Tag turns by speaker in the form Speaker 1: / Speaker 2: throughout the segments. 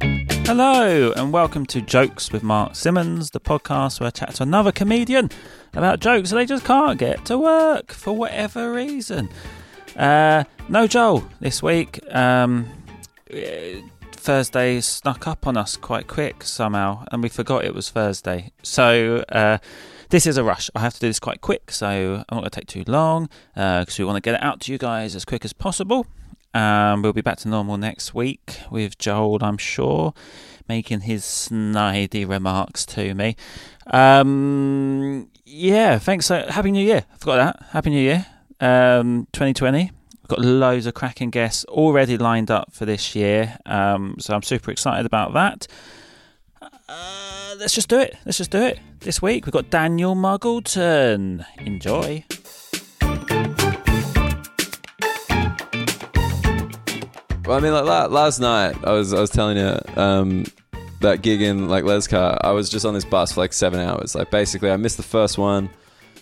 Speaker 1: Hello, and welcome to Jokes with Mark Simmons, the podcast where I chat to another comedian about jokes they just can't get to work for whatever reason. Uh, no Joel this week. Um, eh, Thursday snuck up on us quite quick somehow, and we forgot it was Thursday. So uh, this is a rush. I have to do this quite quick, so I'm not going to take too long because we want to get it out to you guys as quick as possible. Um, we'll be back to normal next week with Joel, I'm sure, making his snidey remarks to me. Um, yeah, thanks. So, Happy New Year. I forgot that. Happy New Year um, 2020. We've got loads of cracking guests already lined up for this year. Um, so I'm super excited about that. Uh, let's just do it. Let's just do it. This week we've got Daniel Muggleton. Enjoy.
Speaker 2: Well, I mean, like la- last night, I was I was telling you um, that gig in like Lescar. I was just on this bus for like seven hours. Like basically, I missed the first one,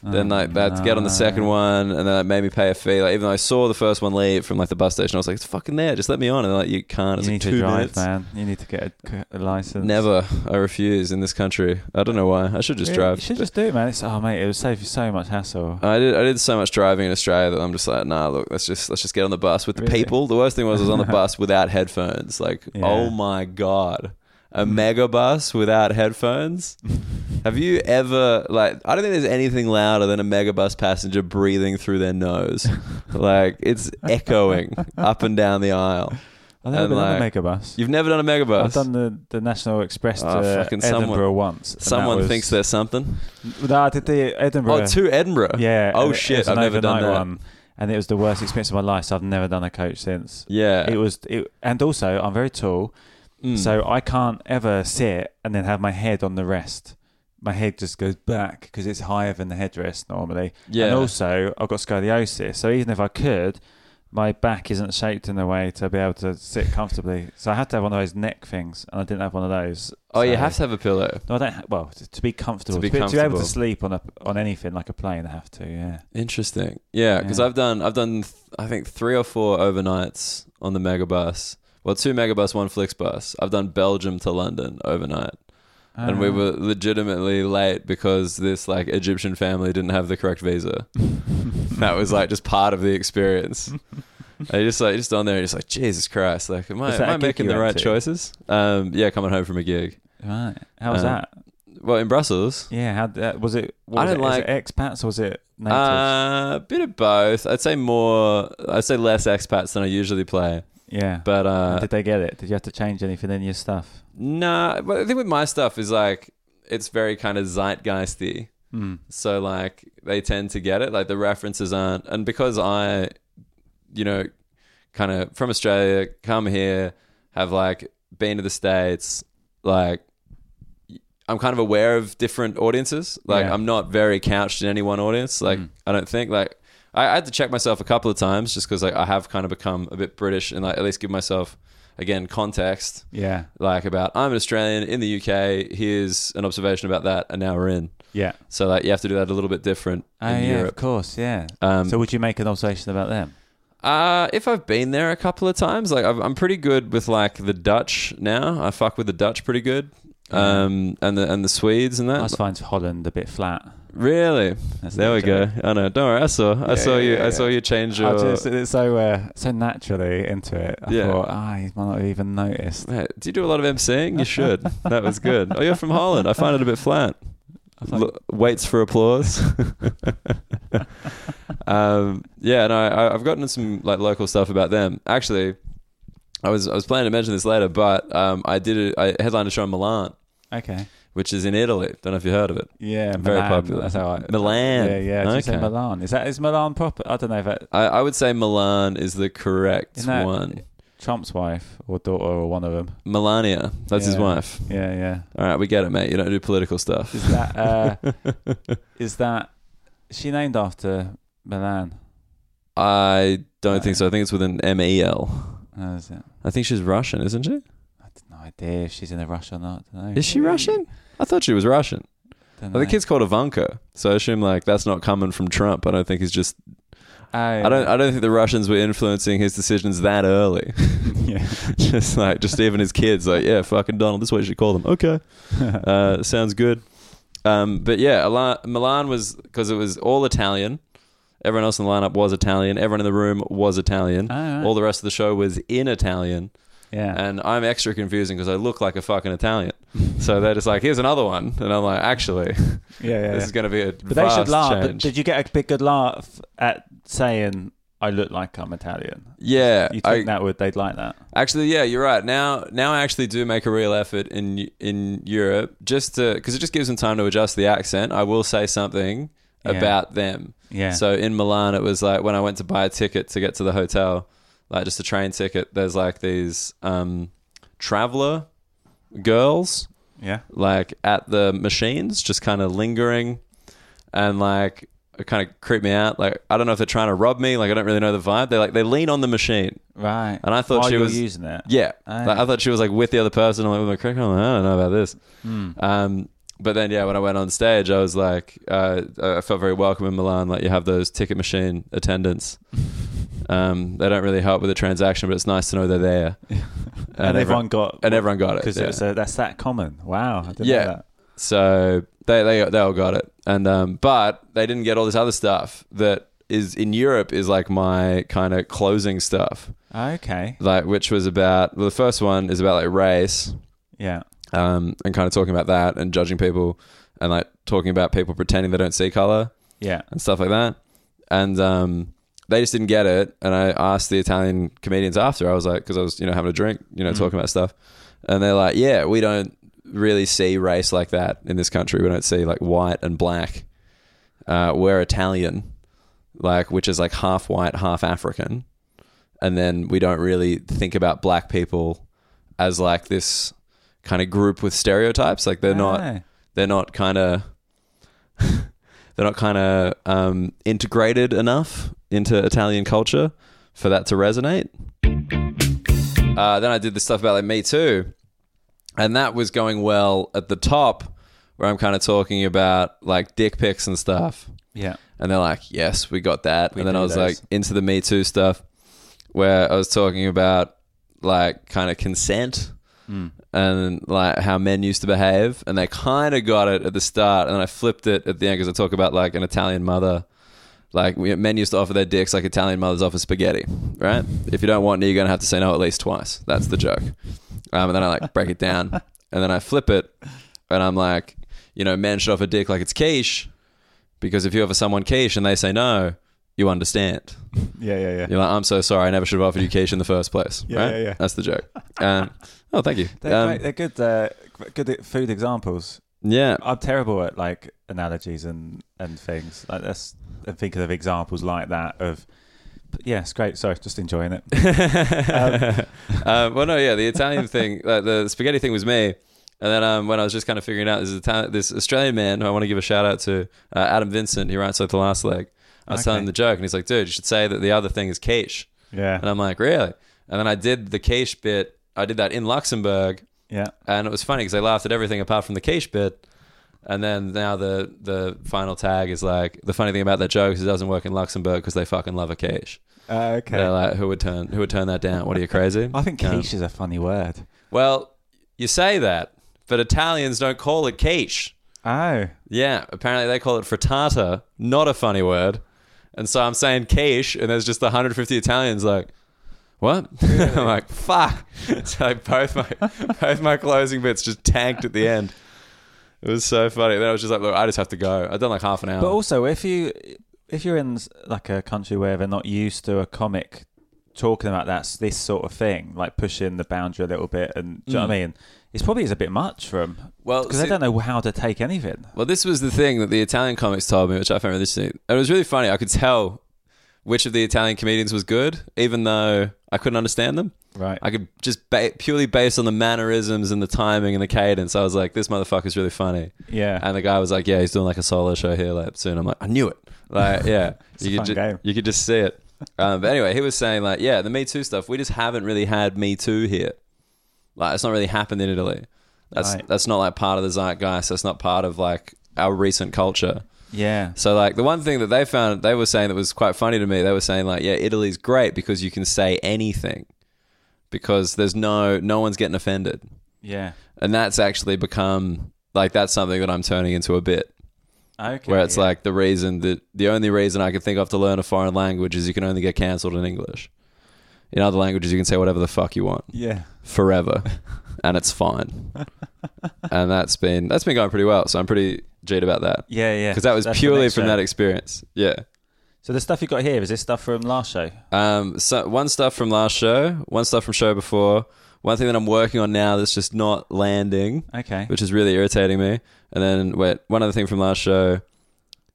Speaker 2: then like I had to get on the
Speaker 1: Oh,
Speaker 2: second one, and then it made me pay a fee. Like even though I saw the first one leave from like the bus station, I was like, "It's fucking there, just let me on." And they're like, "You can't." It's
Speaker 1: You
Speaker 2: like
Speaker 1: need
Speaker 2: two
Speaker 1: to drive,
Speaker 2: minutes.
Speaker 1: man. You need to get a, a license.
Speaker 2: Never, I refuse in this country. I don't know why. I should just
Speaker 1: Really?
Speaker 2: drive.
Speaker 1: You should just do it, man. It's, oh, mate, it would save you so much hassle.
Speaker 2: I did. I did so much driving in Australia that I'm just like, nah. Look, let's just let's just get on the bus with the
Speaker 1: Really?
Speaker 2: people. The worst thing was I was on the bus without headphones. Like,
Speaker 1: Yeah.
Speaker 2: oh my god, a mega bus without headphones. Um, Have you ever like? I don't think there's anything louder than a mega bus passenger breathing through their nose. like it's echoing up and down the aisle.
Speaker 1: I've never
Speaker 2: And,
Speaker 1: been on a
Speaker 2: like,
Speaker 1: mega bus.
Speaker 2: You've never done a mega bus.
Speaker 1: I've done the, the National Express to
Speaker 2: Oh, fucking
Speaker 1: Edinburgh
Speaker 2: someone-
Speaker 1: once. and that
Speaker 2: Someone
Speaker 1: was-
Speaker 2: thinks they're something.
Speaker 1: No, I did the Edinburgh.
Speaker 2: Oh, to Edinburgh.
Speaker 1: Yeah. and
Speaker 2: Oh
Speaker 1: it- it was
Speaker 2: shit!
Speaker 1: an
Speaker 2: I've never done
Speaker 1: overnight
Speaker 2: that.
Speaker 1: one, and it was the worst experience of my life. So I've never done a coach since.
Speaker 2: Yeah.
Speaker 1: It was, it, and also I'm very tall,
Speaker 2: Mm.
Speaker 1: so I can't ever sit and then have my head on the rest. My head just goes back because it's higher than the headrest normally.
Speaker 2: Yeah.
Speaker 1: And also, I've got scoliosis, so even if I could, my back isn't shaped in a way to be able to sit comfortably. So I had to have one of those neck things, and I didn't have one of those.
Speaker 2: Oh, you
Speaker 1: So-
Speaker 2: have to have a pillow.
Speaker 1: No, I don't. Ha- well, to, to be comfortable, to
Speaker 2: To
Speaker 1: be,
Speaker 2: be
Speaker 1: to be able to
Speaker 2: comfortable.
Speaker 1: sleep on a on anything like a plane, I have to. Yeah.
Speaker 2: Interesting. Yeah, because
Speaker 1: Yeah.
Speaker 2: I've done I've done th- I think three or four overnights on the megabus. Well, two megabus, one Flixbus. I've done Belgium to London overnight, and we
Speaker 1: Uh,
Speaker 2: were legitimately late because this like Egyptian family didn't have the correct visa. that was like just part of the experience. I just like just on there, just like Jesus Christ, like am I,
Speaker 1: Was
Speaker 2: am
Speaker 1: that a
Speaker 2: I
Speaker 1: gig
Speaker 2: making
Speaker 1: you
Speaker 2: the
Speaker 1: went
Speaker 2: right
Speaker 1: to?
Speaker 2: choices? Um, yeah, coming home from a gig.
Speaker 1: Right. How was
Speaker 2: Um,
Speaker 1: that?
Speaker 2: Well, in Brussels,
Speaker 1: Yeah. How uh, was it? What
Speaker 2: I
Speaker 1: was
Speaker 2: don't
Speaker 1: it? Is
Speaker 2: like-
Speaker 1: it expats or was it natives?
Speaker 2: uh, a bit of both. I'd say more. I'd say less expats than I usually play,
Speaker 1: yeah.
Speaker 2: but uh,
Speaker 1: And Did they get it? Did you have to change anything in your stuff?
Speaker 2: Nah, but I think with my stuff is like it's very kind of zeitgeisty. So like they tend to get it. Like the references aren't, and because I, you know, kind of from Australia, come here, have like been to the states, like I'm kind of aware of different audiences. Like
Speaker 1: Yeah.
Speaker 2: I'm not very couched in any one audience. Like I don't think like I, I had to check myself a couple of times just because like I have kind of become a bit British and like at least give myself again context
Speaker 1: Yeah.
Speaker 2: like about I'm an Australian in the UK. Here's an observation about that, and now we're in.
Speaker 1: Yeah.
Speaker 2: So like you have to do that a little bit different
Speaker 1: Oh,
Speaker 2: in
Speaker 1: yeah. Of
Speaker 2: Europe.
Speaker 1: course. Yeah.
Speaker 2: Um,
Speaker 1: so would you make an observation about them?
Speaker 2: Uh, if I've been there a couple of times, like I've, I'm pretty good with like the Dutch now. I
Speaker 1: Uh-huh.
Speaker 2: fuck with the Dutch pretty good, um, and the and the Swedes and
Speaker 1: I
Speaker 2: that.
Speaker 1: just find Holland a bit flat.
Speaker 2: Really?
Speaker 1: That's
Speaker 2: there
Speaker 1: not
Speaker 2: we
Speaker 1: a joke.
Speaker 2: go. I know. Don't worry. I saw. I saw
Speaker 1: yeah,
Speaker 2: you.
Speaker 1: yeah,
Speaker 2: I saw
Speaker 1: yeah.
Speaker 2: you change your.
Speaker 1: I just it's so uh, so naturally into it. I
Speaker 2: Yeah.
Speaker 1: thought, ah, he might not have even noticed.
Speaker 2: Mate, do you do a lot of emceeing? You should. that was good. Oh, you're from Holland. I find it a bit flat.
Speaker 1: thought-
Speaker 2: L- waits for applause. um, yeah, and I, I, I've gotten some like local stuff about them. Actually, I was I was planning to mention this later, but um, I did a, I headlined a show in Milan,
Speaker 1: Okay.
Speaker 2: which is in Italy. Don't know if you heard of it.
Speaker 1: Yeah,
Speaker 2: Very
Speaker 1: Milan,
Speaker 2: popular.
Speaker 1: That's how I,
Speaker 2: Milan.
Speaker 1: Yeah, yeah. Did you say
Speaker 2: Okay.
Speaker 1: Milan? Is that is Milan proper? I don't know if that
Speaker 2: I, I would say Milan is the correct
Speaker 1: Isn't that-
Speaker 2: one.
Speaker 1: Trump's wife or daughter or one of them.
Speaker 2: Melania, that's his
Speaker 1: Yeah.
Speaker 2: wife.
Speaker 1: Yeah, yeah.
Speaker 2: All right, we get it, mate. You don't do political stuff.
Speaker 1: Is that uh, is that she named after Milan?
Speaker 2: I don't
Speaker 1: Right.
Speaker 2: think so. I think it's with an M E L.
Speaker 1: How is it?
Speaker 2: I think she's Russian, isn't she?
Speaker 1: I have no idea if she's in a Russia or not. I don't know.
Speaker 2: Is she Russian? I thought she was Russian.
Speaker 1: Don't
Speaker 2: Well, the
Speaker 1: know.
Speaker 2: kid's called Ivanka, so I assume like that's not coming from Trump. I don't think he's just.
Speaker 1: Oh,
Speaker 2: I don't. I don't think the Russians were influencing his decisions that early.
Speaker 1: yeah.
Speaker 2: just like, just even his kids, like, yeah, fucking Donald. This is what you should call them. Okay, uh, sounds good. Um, but yeah, Ala- Milan was because it was all Italian. Everyone else in the lineup was Italian. Everyone in the room was Italian.
Speaker 1: All right.
Speaker 2: All the rest of the show was in Italian.
Speaker 1: yeah.
Speaker 2: And I'm extra confusing because I look like a fucking Italian. So they're just like, here's another one. And I'm like, actually,
Speaker 1: yeah, yeah,
Speaker 2: this
Speaker 1: yeah.
Speaker 2: is going to be a
Speaker 1: But they
Speaker 2: vast
Speaker 1: should laugh. But
Speaker 2: change.
Speaker 1: did you get a big good laugh at saying I look like I'm Italian?
Speaker 2: yeah.
Speaker 1: You think
Speaker 2: I,
Speaker 1: that would they'd like that?
Speaker 2: actually, yeah, you're right. Now now I actually do make a real effort in in Europe just to, because it just gives them time to adjust the accent. I will say something
Speaker 1: Yeah.
Speaker 2: about them.
Speaker 1: Yeah.
Speaker 2: So in Milan, it was like when I went to buy a ticket to get to the hotel, like just a train ticket, there's like these um, traveler girls.
Speaker 1: yeah.
Speaker 2: like at the machines, just kind of lingering and like it kind of creeped me out. Like I don't know if they're trying to rob me. Like I don't really know the vibe. They like they lean on the machine.
Speaker 1: Right.
Speaker 2: And I thought
Speaker 1: While
Speaker 2: she
Speaker 1: you're
Speaker 2: was-
Speaker 1: using it.
Speaker 2: Yeah,
Speaker 1: Ah.
Speaker 2: Like, I thought she was like with the other person. I'm like with my crick. I'm like, I don't know about this. Um, but then yeah, when I went on stage, I was like, uh, I felt very welcome in Milan. Like you have those ticket machine attendants. Um, they don't really help with the transaction, but it's nice to know they're there. and,
Speaker 1: And, everyone
Speaker 2: everyone,
Speaker 1: got
Speaker 2: and everyone got it
Speaker 1: because
Speaker 2: yeah.
Speaker 1: it was uh that's that common. Wow. I didn't
Speaker 2: Yeah.
Speaker 1: know that.
Speaker 2: So they they they all got it, and um, but they didn't get all this other stuff that is in Europe is like my kind of closing stuff,
Speaker 1: Okay.
Speaker 2: like which was about well, the first one is about like race,
Speaker 1: Yeah.
Speaker 2: um, and kind of talking about that and judging people, and like talking about people pretending they don't see color
Speaker 1: Yeah.
Speaker 2: and stuff like that, and um. They just didn't get it, and I asked the Italian comedians after. I was like, because I was, you know, having a drink, you know, talking about stuff, and they're like, "Yeah, we don't really see race like that in this country. We don't see like white and black. Uh, we're Italian, like which is like half white, half African, and then we don't really think about black people as like this kind of group with stereotypes. Like they're
Speaker 1: Ah.
Speaker 2: not, they're not kind of, they're not kind of um, integrated enough into Italian culture for that to resonate." Uh, then I did this stuff about like Me Too, and that was going well at the top, where I'm kind of talking about like dick pics and stuff,
Speaker 1: Yeah.
Speaker 2: and they're like, "Yes, we got that."
Speaker 1: We
Speaker 2: and then
Speaker 1: do
Speaker 2: I was
Speaker 1: those.
Speaker 2: like into the Me Too stuff, where I was talking about like kind of consent
Speaker 1: Hmm.
Speaker 2: and like how men used to behave, and they kind of got it at the start, and then I flipped it at the end because I talk about like an Italian mother. Like we, men used to offer their dicks like Italian mothers offer spaghetti, right? If you don't want it, you're gonna have to say no at least twice. That's the joke. Um, and then I like break it down, and then I flip it, and I'm like, you know, men should offer dick like it's quiche, because if you offer someone quiche and they say no, you understand.
Speaker 1: Yeah. Yeah. Yeah.
Speaker 2: You're like, I'm so sorry, I never should have offered you quiche in the first place.
Speaker 1: Yeah,
Speaker 2: right?
Speaker 1: yeah, yeah.
Speaker 2: That's the joke. Um, oh, thank you.
Speaker 1: They're,
Speaker 2: Um,
Speaker 1: great. they're good. Uh, good food examples.
Speaker 2: yeah,
Speaker 1: I'm terrible at like analogies and and things like that's and thinking of examples like that of but yeah, it's great. Sorry, just enjoying it.
Speaker 2: um, well, no, yeah, the Italian thing, like, the spaghetti thing was me. And then um, when I was just kind of figuring out, this, Italian, this Australian man who I want to give a shout out to, uh, Adam Vincent, he writes like the last leg. I was telling him
Speaker 1: Okay.
Speaker 2: the joke, and he's like, dude, you should say that the other thing is quiche. And
Speaker 1: Yeah,
Speaker 2: I'm like, really? And then I did the quiche bit. I did that in Luxembourg,
Speaker 1: yeah,
Speaker 2: and it was funny because they laughed at everything apart from the quiche bit. And then now the the final tag is like the funny thing about that joke is it doesn't work in Luxembourg because they fucking love a quiche.
Speaker 1: uh, okay.
Speaker 2: They're like, who would turn who would turn that down? What are you crazy?
Speaker 1: I think
Speaker 2: Um,
Speaker 1: quiche is a funny word.
Speaker 2: well, you say that, but Italians don't call it quiche.
Speaker 3: Oh.
Speaker 2: Yeah, apparently they call it frittata, not a funny word. And so I'm saying quiche, and there's just 150 Italians like, what? I'm like, fuck. So like both my both my closing bits just tanked at the end. It was so funny. Then I was just like, look, I just have to go. I've done like half an hour.
Speaker 1: But
Speaker 2: But
Speaker 1: also, if you if you're in like a country where they're not used to a comic talking about that this sort of thing, like pushing the boundary a little bit, and do you know what I mean? It's probably is a bit much from
Speaker 2: Mm. well,
Speaker 1: because
Speaker 2: see-
Speaker 1: I don't know how to take anything.
Speaker 2: Well, this was the thing that the Italian comics told me, which I found really interesting. It was really funny. I could tell which of the Italian comedians was good, even though I couldn't understand them.
Speaker 1: Right.
Speaker 2: I could just ba- purely based on the mannerisms and the timing and the cadence. I was like, this motherfucker's really funny.
Speaker 1: Yeah.
Speaker 2: And the guy was like, yeah, he's doing like a solo show here like soon. I'm like, I knew it. Like, yeah, you
Speaker 1: fun
Speaker 2: could ju-
Speaker 1: game.
Speaker 2: you could just see it. Um, but anyway, he was saying like, yeah, the Me Too stuff. We just haven't really had Me Too here. Like, it's not really happened in Italy. That's
Speaker 1: Right.
Speaker 2: that's not like part of the zeitgeist. That's not part of like our recent culture.
Speaker 1: yeah.
Speaker 2: So like the one thing that they found they were saying that was quite funny to me, they were saying like, yeah, Italy's great because you can say anything because there's no no one's getting offended.
Speaker 1: Yeah.
Speaker 2: And that's actually become like that's something that I'm turning into a bit
Speaker 1: Okay.
Speaker 2: where it's
Speaker 1: yeah.
Speaker 2: like the reason that the only reason I can think of to learn a foreign language is you can only get cancelled in English. In other languages you can say whatever the fuck you want
Speaker 1: yeah.
Speaker 2: forever and it's fine. and that's been that's been going pretty well, so I'm pretty G'd about that.
Speaker 1: Yeah, yeah.
Speaker 2: Because that was
Speaker 1: That's the
Speaker 2: purely
Speaker 1: next
Speaker 2: from
Speaker 1: show.
Speaker 2: that experience. Yeah.
Speaker 1: So the stuff you got here is this stuff from last show.
Speaker 2: Um, so one stuff from last show, one stuff from show before, one thing that I'm working on now that's just not landing,
Speaker 1: Okay.
Speaker 2: which is really irritating me. And then wait, one other thing from last show.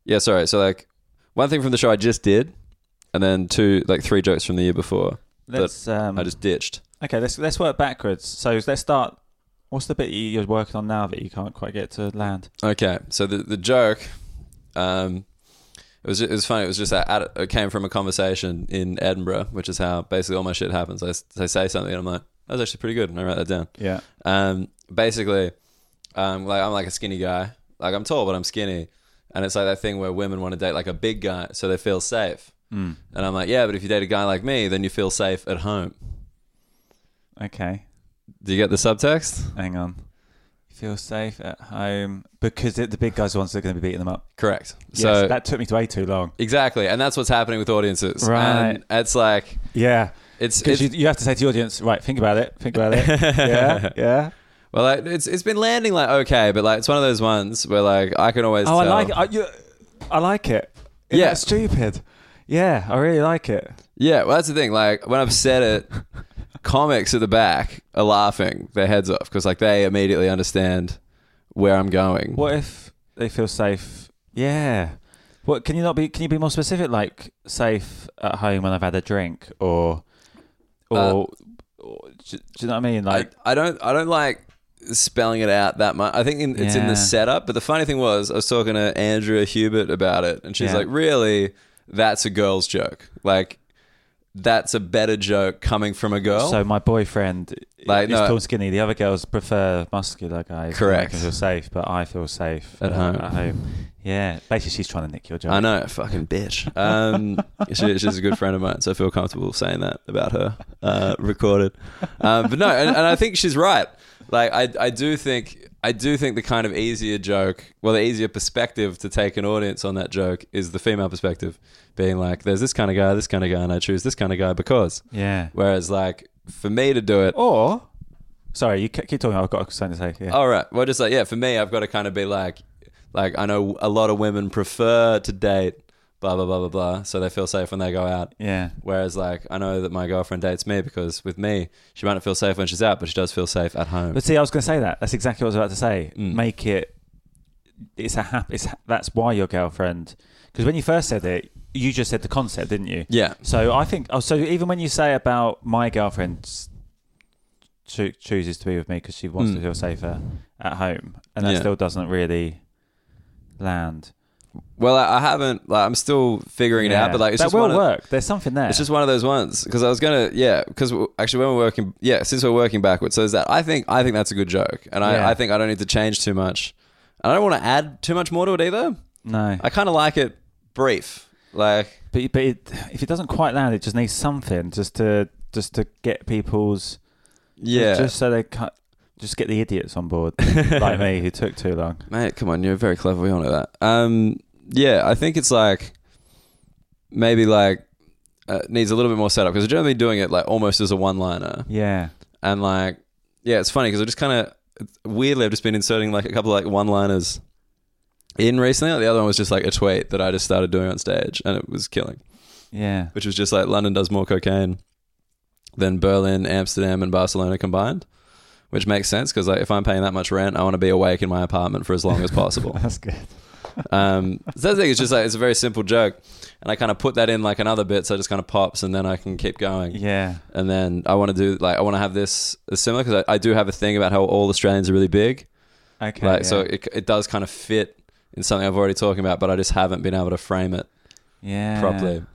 Speaker 2: Yeah, sorry. So like one thing from the show I just did, and then two like three jokes from the year before that
Speaker 1: Let's um,
Speaker 2: I just ditched.
Speaker 1: okay. Let's let's work backwards. So let's start. What's the bit you're working on now that you can't quite get to land?
Speaker 2: Okay, so the the joke, um, it was it was funny. It was just that ad- it came from a conversation in Edinburgh, which is how basically all my shit happens. I, s- I say something and I'm like, that was actually pretty good, and I write that down.
Speaker 1: Yeah.
Speaker 2: Um, basically, um, like I'm like a skinny guy. Like I'm tall, but I'm skinny, and it's like that thing where women want to date like a big guy so they feel safe.
Speaker 1: Hmm.
Speaker 2: And I'm like, yeah, but if you date a guy like me, then you feel safe at home.
Speaker 1: Okay.
Speaker 2: Do you get the subtext?
Speaker 1: Hang on. You feel safe at home because it, the big guys are the ones that are going to be beating them up.
Speaker 2: Correct.
Speaker 1: Yes,
Speaker 2: so
Speaker 1: that took me way too long.
Speaker 2: exactly, and that's what's happening with audiences.
Speaker 1: Right.
Speaker 2: And it's like
Speaker 1: Yeah.
Speaker 2: it's,
Speaker 1: Because
Speaker 2: it's
Speaker 1: you, you have to say to the audience, right, think about it, think about it. yeah, yeah.
Speaker 2: well, like, it's it's been landing like okay, but like it's one of those ones where like I can always.
Speaker 1: Oh, I
Speaker 2: tell-
Speaker 1: like it. I, you, I like it. Isn't
Speaker 2: Yeah.
Speaker 1: that stupid? Yeah, I really like it.
Speaker 2: Yeah, well, that's the thing. Like when I've said it, comics at the back are laughing their heads off because like they immediately understand where I'm going.
Speaker 1: What if they feel safe? Yeah. What can you not be? Can you be more specific? Like safe at home when I've had a drink, or, or,
Speaker 2: Uh,
Speaker 1: or- do, do you know what I mean?
Speaker 2: I,
Speaker 1: Like,
Speaker 2: I don't I don't like spelling it out that much. I think in, it's in
Speaker 1: Yeah.
Speaker 2: the setup. But the funny thing was, I was talking to Andrea Hubert about it, and she's
Speaker 1: Yeah.
Speaker 2: like, "Really, that's a girl's joke. Like that's a better joke coming from a girl."
Speaker 1: so my boyfriend
Speaker 2: Like,
Speaker 1: is
Speaker 2: no.
Speaker 1: tall and skinny. The other girls prefer muscular guys. to
Speaker 2: Correct.
Speaker 1: make them feel safe, but I feel safe uh,
Speaker 2: At home.
Speaker 1: At home. Yeah. Basically, she's trying to nick your job.
Speaker 2: I know, fucking bitch. Um, she, she's a good friend of mine, so I feel comfortable saying that about her uh, recorded. Um, but no, and, and I think she's right. Like, I, I do think, I do think the kind of easier joke, well, the easier perspective to take an audience on that joke is the female perspective, being like, "There's this kind of guy, this kind of guy, and I choose this kind of guy because."
Speaker 1: Yeah.
Speaker 2: Whereas, like, for me to do it,
Speaker 1: Or, sorry, you ke- keep talking. I've got something to say. Yeah.
Speaker 2: all right, well, just like, yeah, for me, I've got to kind of be like, like I know a lot of women prefer to date. Blah blah blah blah blah. So they feel safe when they go out.
Speaker 1: Yeah.
Speaker 2: Whereas, like, I know that my girlfriend dates me because with me, she might not feel safe when she's out, but she does feel safe at home.
Speaker 1: But see, I was going to say that. That's exactly what I was about to say. Make it. It's a happy. It's, ha- that's why your girlfriend. Because when you first said it, you just said the concept, didn't you?
Speaker 2: yeah.
Speaker 1: So I think. Oh, so even when you say about my girlfriend cho- chooses to be with me because she wants
Speaker 2: Mm.
Speaker 1: to feel safer at home, and that
Speaker 2: Yeah.
Speaker 1: still doesn't really land.
Speaker 2: Well, I, I haven't. Like, I'm still figuring it
Speaker 1: Yeah.
Speaker 2: out, but like, it's
Speaker 1: that
Speaker 2: just
Speaker 1: will
Speaker 2: one Of,
Speaker 1: work. There's something there.
Speaker 2: it's just one of those ones because I was gonna, yeah, because actually when we're working, yeah, since we're working backwards, so there's that. I think I think that's a good joke, and I,
Speaker 1: Yeah.
Speaker 2: I think I don't need to change too much. I don't want to add too much more to it either.
Speaker 1: no.
Speaker 2: I kind of like it brief, like
Speaker 1: But you- but it, if it doesn't quite land, it just needs something just to just to get people's
Speaker 2: yeah.
Speaker 1: just so they cut. Just get the idiots on board, like me, who took too long.
Speaker 2: Mate, come on, you're very clever. We all know that. Um, yeah, I think it's like maybe like uh, needs a little bit more setup because I've generally been doing it like almost as a one-liner,
Speaker 1: Yeah.
Speaker 2: and like yeah, it's funny because I just kind of weirdly I've just been inserting like a couple of like one-liners in recently. Like, the other one was just like a tweet that I just started doing on stage, and it was killing.
Speaker 1: Yeah.
Speaker 2: Which was just like London does more cocaine than Berlin, Amsterdam, and Barcelona combined. Which makes sense because like if I'm paying that much rent, I want to be awake in my apartment for as long as possible.
Speaker 1: That's good.
Speaker 2: Um, so that thing is just like it's a very simple joke, and I kind of put that in like another bit, so it just kind of pops, and then I can keep going.
Speaker 1: Yeah.
Speaker 2: And then I want to do like I want to have this similar because I, I do have a thing about how all Australians are really big,
Speaker 1: Okay.
Speaker 2: like
Speaker 1: yeah.
Speaker 2: so it, it does kind of fit in something I've already talking about, but I just haven't been able to frame it
Speaker 1: yeah.
Speaker 2: properly.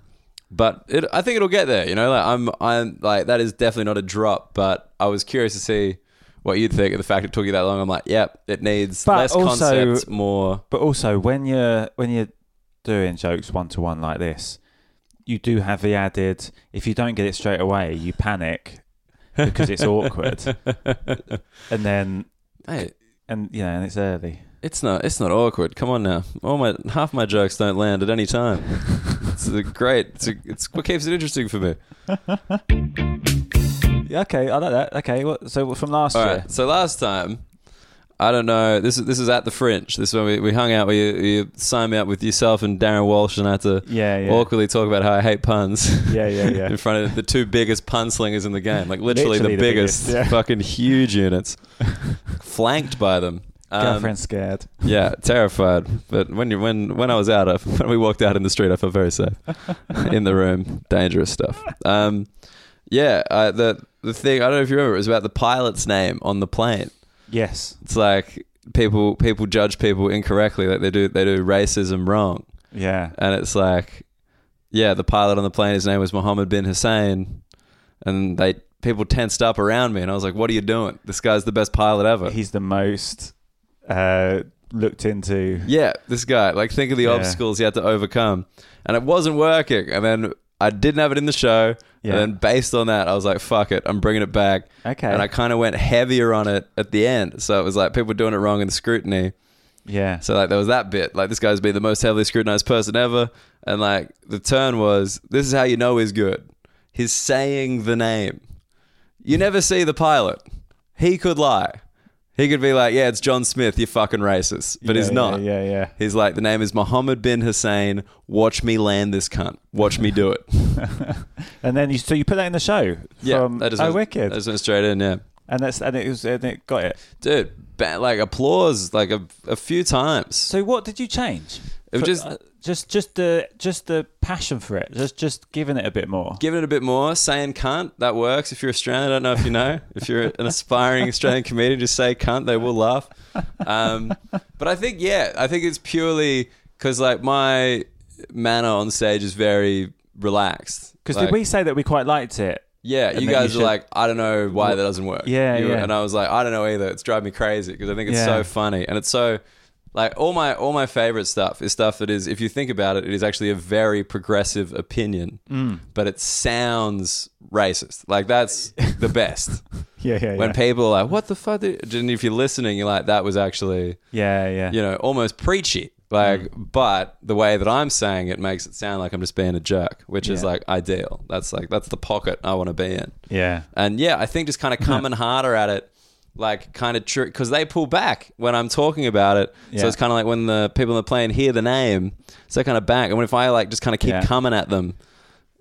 Speaker 2: But it, I think it'll get there. You know, like I'm, I'm like that is definitely not a drop. But I was curious to see what you'd think of the fact it took you that long. I'm like, yep, it needs
Speaker 1: But
Speaker 2: less
Speaker 1: also-
Speaker 2: concepts, more.
Speaker 1: But also, when you're when you're doing jokes one to one like this, you do have the added. If you don't get it straight away, you panic because it's awkward, and then
Speaker 2: Hey,
Speaker 1: and you know, and it's early.
Speaker 2: It's not. It's not awkward. Come on now. All my half my jokes don't land at any time. it's a great. It's, a, it's what keeps it interesting for me.
Speaker 1: Yeah, okay, I like that. Okay, what, so from last
Speaker 2: All
Speaker 1: year,
Speaker 2: right. So last time, I don't know. This is this is at the French. This is when we, we hung out. Where you, you signed me up with yourself and Darren Walsh, and I had to
Speaker 1: yeah, yeah,
Speaker 2: awkwardly talk about how I hate puns.
Speaker 1: yeah, yeah, yeah.
Speaker 2: in front of the two biggest punslingers in the game, like literally,
Speaker 1: Literally
Speaker 2: the,
Speaker 1: the
Speaker 2: biggest,
Speaker 1: biggest, yeah.
Speaker 2: fucking huge units, flanked by them. Um,
Speaker 1: Girlfriend's scared.
Speaker 2: Yeah, terrified. But when you when when I was out, I, when we walked out in the street, I felt very safe. in the room, dangerous stuff. Um, yeah, I, the the thing I don't know if you remember, it was about the pilot's name on the plane.
Speaker 1: Yes.
Speaker 2: It's like people people judge people incorrectly, like they do they do racism wrong,
Speaker 1: Yeah.
Speaker 2: and it's like, yeah, the pilot on the plane, his name was Mohammed bin Hussein, and they people tensed up around me, and I was like, what are you doing? This guy's the best pilot ever.
Speaker 1: He's the most uh, looked into.
Speaker 2: Yeah, this guy. Like, think of the
Speaker 1: Yeah.
Speaker 2: obstacles he had to overcome. And it wasn't working. And then I didn't have it in the show.
Speaker 1: Yeah.
Speaker 2: And then based on that, I was like, fuck it, I'm bringing it back.
Speaker 1: Okay.
Speaker 2: And I kind of went heavier on it at the end. So it was like people were doing it wrong in the scrutiny.
Speaker 1: Yeah.
Speaker 2: So, like, there was that bit. Like, this guy's been the most heavily scrutinized person ever. And, like, the turn was this is how you know he's good. He's saying the name. You never see the pilot. He could lie. He could be like, yeah, it's John Smith, you fucking racist. But he's
Speaker 1: Yeah,
Speaker 2: not.
Speaker 1: Yeah, yeah. yeah.
Speaker 2: He's like, the name is Mohammed bin Hussein. Watch me land this cunt. Watch me do it.
Speaker 1: And then you so you put that in the show.
Speaker 2: Yeah,
Speaker 1: From,
Speaker 2: that just
Speaker 1: oh,
Speaker 2: went,
Speaker 1: wicked.
Speaker 2: That just went straight in. Yeah,
Speaker 1: and that's and it was and it got it.
Speaker 2: dude, ba- like applause, like a, a few times.
Speaker 1: So what did you change?
Speaker 2: It was
Speaker 1: For-
Speaker 2: just-
Speaker 1: uh, just just the just the passion for it. Just just giving it a bit more.
Speaker 2: Giving it a bit more, saying cunt, that works. If you're Australian, I don't know if you know. If you're an aspiring Australian comedian, just say cunt, they will laugh. Um, but I think, yeah, I think it's purely because like my manner on stage is very relaxed.
Speaker 1: Because
Speaker 2: Like-
Speaker 1: did we say that we quite liked it?
Speaker 2: Yeah,
Speaker 1: And
Speaker 2: you
Speaker 1: that
Speaker 2: guys
Speaker 1: you
Speaker 2: were
Speaker 1: should-
Speaker 2: like, I don't know why that doesn't work.
Speaker 1: Yeah,
Speaker 2: You were-
Speaker 1: yeah.
Speaker 2: And I was like, I don't know either. It's driving me crazy because I think it's
Speaker 1: Yeah.
Speaker 2: so funny and it's so like all my all my favorite stuff is stuff that is if you think about it, it is actually a very progressive opinion,
Speaker 1: Mm.
Speaker 2: but it sounds racist. Like that's the best
Speaker 1: Yeah, yeah,
Speaker 2: when people are like, "What the fuck?" did-" And if you're listening, you're like, "That was actually
Speaker 1: yeah, yeah. Mm.
Speaker 2: you know almost preachy." Like, but the way that I'm saying it makes it sound like I'm just being a jerk, which is
Speaker 1: Yeah.
Speaker 2: like ideal. That's like that's the pocket I want to be in.
Speaker 1: yeah.
Speaker 2: And yeah, I think just kind of coming harder at it, like kind of true, because they pull back when I'm talking about it. So
Speaker 1: Yeah.
Speaker 2: it's kind of like when the people in the plane hear the name, so they kind of back. And if I like just kind of keep
Speaker 1: Yeah.
Speaker 2: coming at them,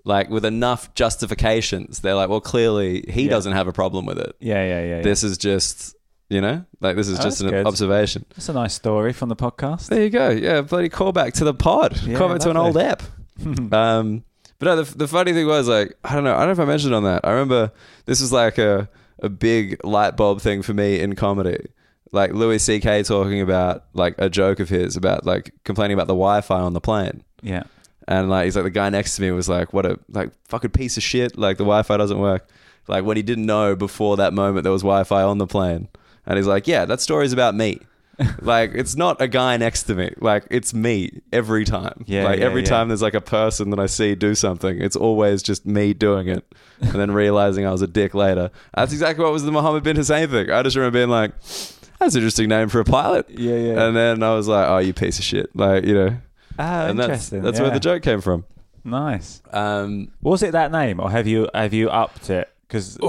Speaker 2: like with enough justifications, they're like, well, clearly he doesn't have a problem with it.
Speaker 1: Yeah, yeah, yeah. yeah.
Speaker 2: This is just, you know, like this is
Speaker 1: Oh,
Speaker 2: just an
Speaker 1: that's good.
Speaker 2: observation.
Speaker 1: That's a nice story from the podcast.
Speaker 2: There you go. Yeah, bloody callback to the pod.
Speaker 1: Yeah,
Speaker 2: callback to an old
Speaker 1: lovely.
Speaker 2: app. um, but no, the, the funny thing was like I don't know. I don't know if I mentioned on that. I remember this was like a a big light bulb thing for me in comedy. Like Louis C.K. talking about like a joke of his about like complaining about the Wi-Fi on the plane.
Speaker 1: Yeah.
Speaker 2: And like he's like the guy next to me was like, "What a like fucking piece of shit! Like the Wi-Fi doesn't work." Like what he didn't know before that moment, there was Wi-Fi on the plane, and he's like, "Yeah, that story's about me." like it's not a guy next to me. Like it's me every time.
Speaker 1: Yeah,
Speaker 2: Like
Speaker 1: yeah,
Speaker 2: every
Speaker 1: yeah.
Speaker 2: time there's like a person that I see do something, it's always just me doing it and then realizing I was a dick later. That's exactly what was the Mohammed bin Hussein thing. I just remember being like, that's an interesting name for a pilot.
Speaker 1: Yeah, yeah.
Speaker 2: And then I was like, oh, you piece of shit. Like, you know.
Speaker 1: Ah,
Speaker 2: and that's
Speaker 1: interesting.
Speaker 2: that's where
Speaker 1: yeah.
Speaker 2: the joke came from.
Speaker 1: Nice.
Speaker 2: Um,
Speaker 1: Was it that name, or have you have you upped it? Because just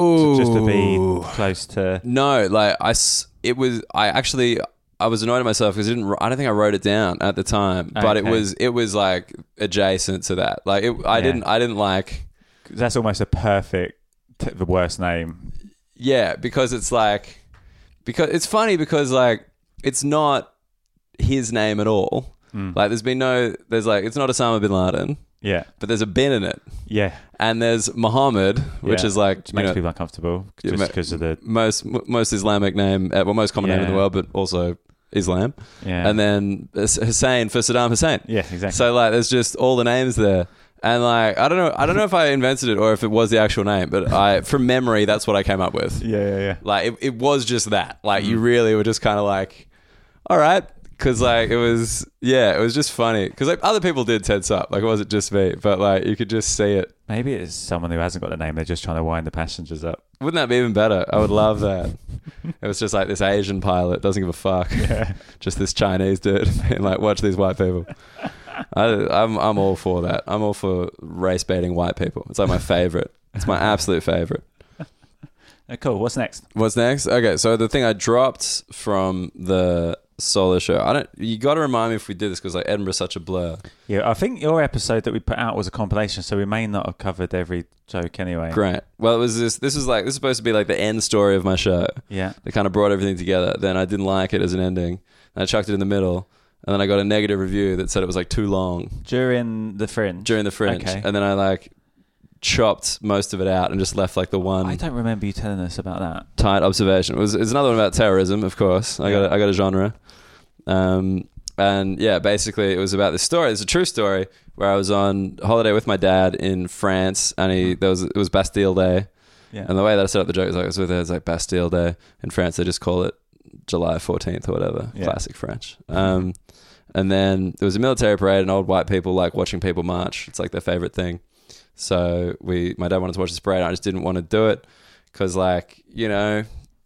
Speaker 1: to
Speaker 2: Ooh.
Speaker 1: be close to
Speaker 2: No, like I, s- it was. I actually, I was annoyed at myself because I didn't. I don't think I wrote it down at the time, but it
Speaker 1: Okay.
Speaker 2: was. It was like adjacent to that. Like it, I
Speaker 1: Yeah.
Speaker 2: didn't. I didn't like.
Speaker 1: 'cause that's almost a perfect t- the worst name.
Speaker 2: Yeah, because it's like, because it's funny because like it's not his name at all.
Speaker 1: Hmm.
Speaker 2: Like there's been no. There's like it's not Osama bin Laden,
Speaker 1: Yeah,
Speaker 2: but there's a bin in it,
Speaker 1: yeah.
Speaker 2: and there's Muhammad, which
Speaker 1: Yeah.
Speaker 2: is like
Speaker 1: Which
Speaker 2: you
Speaker 1: makes
Speaker 2: know,
Speaker 1: people uncomfortable
Speaker 2: Yeah,
Speaker 1: just
Speaker 2: ma-
Speaker 1: because of the
Speaker 2: most most Islamic name, uh, well, most common name in
Speaker 1: Yeah.
Speaker 2: the world, but also Islam.
Speaker 1: yeah.
Speaker 2: and then Hus- Hussein for Saddam Hussein.
Speaker 1: yeah, exactly.
Speaker 2: So like, there's just all the names there, and like, I don't know, I don't know if I invented it or if it was the actual name, but I, from memory, that's what I came up with.
Speaker 1: yeah, Mm. yeah, yeah.
Speaker 2: Like, it, it was just that. Like, you really were just kind of like, all right, because like it was, yeah, it was just funny because like other people did tense up. Like, it wasn't just me, but like you could just see it.
Speaker 1: Maybe it's someone who hasn't got the name. They're just trying to wind the passengers up.
Speaker 2: Wouldn't that be even better? I would love that. it was just like this Asian pilot doesn't give a fuck. just this Chinese dude being like, watch these white people. I, I'm I'm all for that. I'm all for race baiting white people. It's like my favorite. It's my absolute favorite.
Speaker 1: Uh, cool. What's next?
Speaker 2: What's next? Okay, so the thing I dropped from the solo show. I don't. You got to remind me if we did this because like Edinburgh's such a blur.
Speaker 1: Yeah, I think your episode that we put out was a compilation, so we may not have covered every joke anyway.
Speaker 2: Great. Well, it was this. This was like this is supposed to be like the end story of my show.
Speaker 1: Yeah.
Speaker 2: They kind of brought everything together. Then I didn't like it as an ending. And I chucked it in the middle. And then I got a negative review that said it was like too long
Speaker 1: During the fringe.
Speaker 2: during the fringe.
Speaker 1: Okay.
Speaker 2: And then I like chopped most of it out and just left like the
Speaker 1: I
Speaker 2: one
Speaker 1: don't remember you telling us about that.
Speaker 2: tight observation. It was it's another one about terrorism, of course. I got a, I got a genre. Um, and yeah, basically it was about this story. It's a true story where I was on holiday with my dad in France and
Speaker 1: Mm-hmm.
Speaker 2: he there was it was Bastille Day.
Speaker 1: Yeah.
Speaker 2: And the way that I set up the joke is like, it's with it's like Bastille Day in France. They just call it July 14th or whatever.
Speaker 1: Yeah.
Speaker 2: Classic French. Um, and then there was a military parade, and old white people like watching people march. It's like their favorite thing. So we, my dad wanted to watch this parade. And I just didn't want to do it because, like, you know,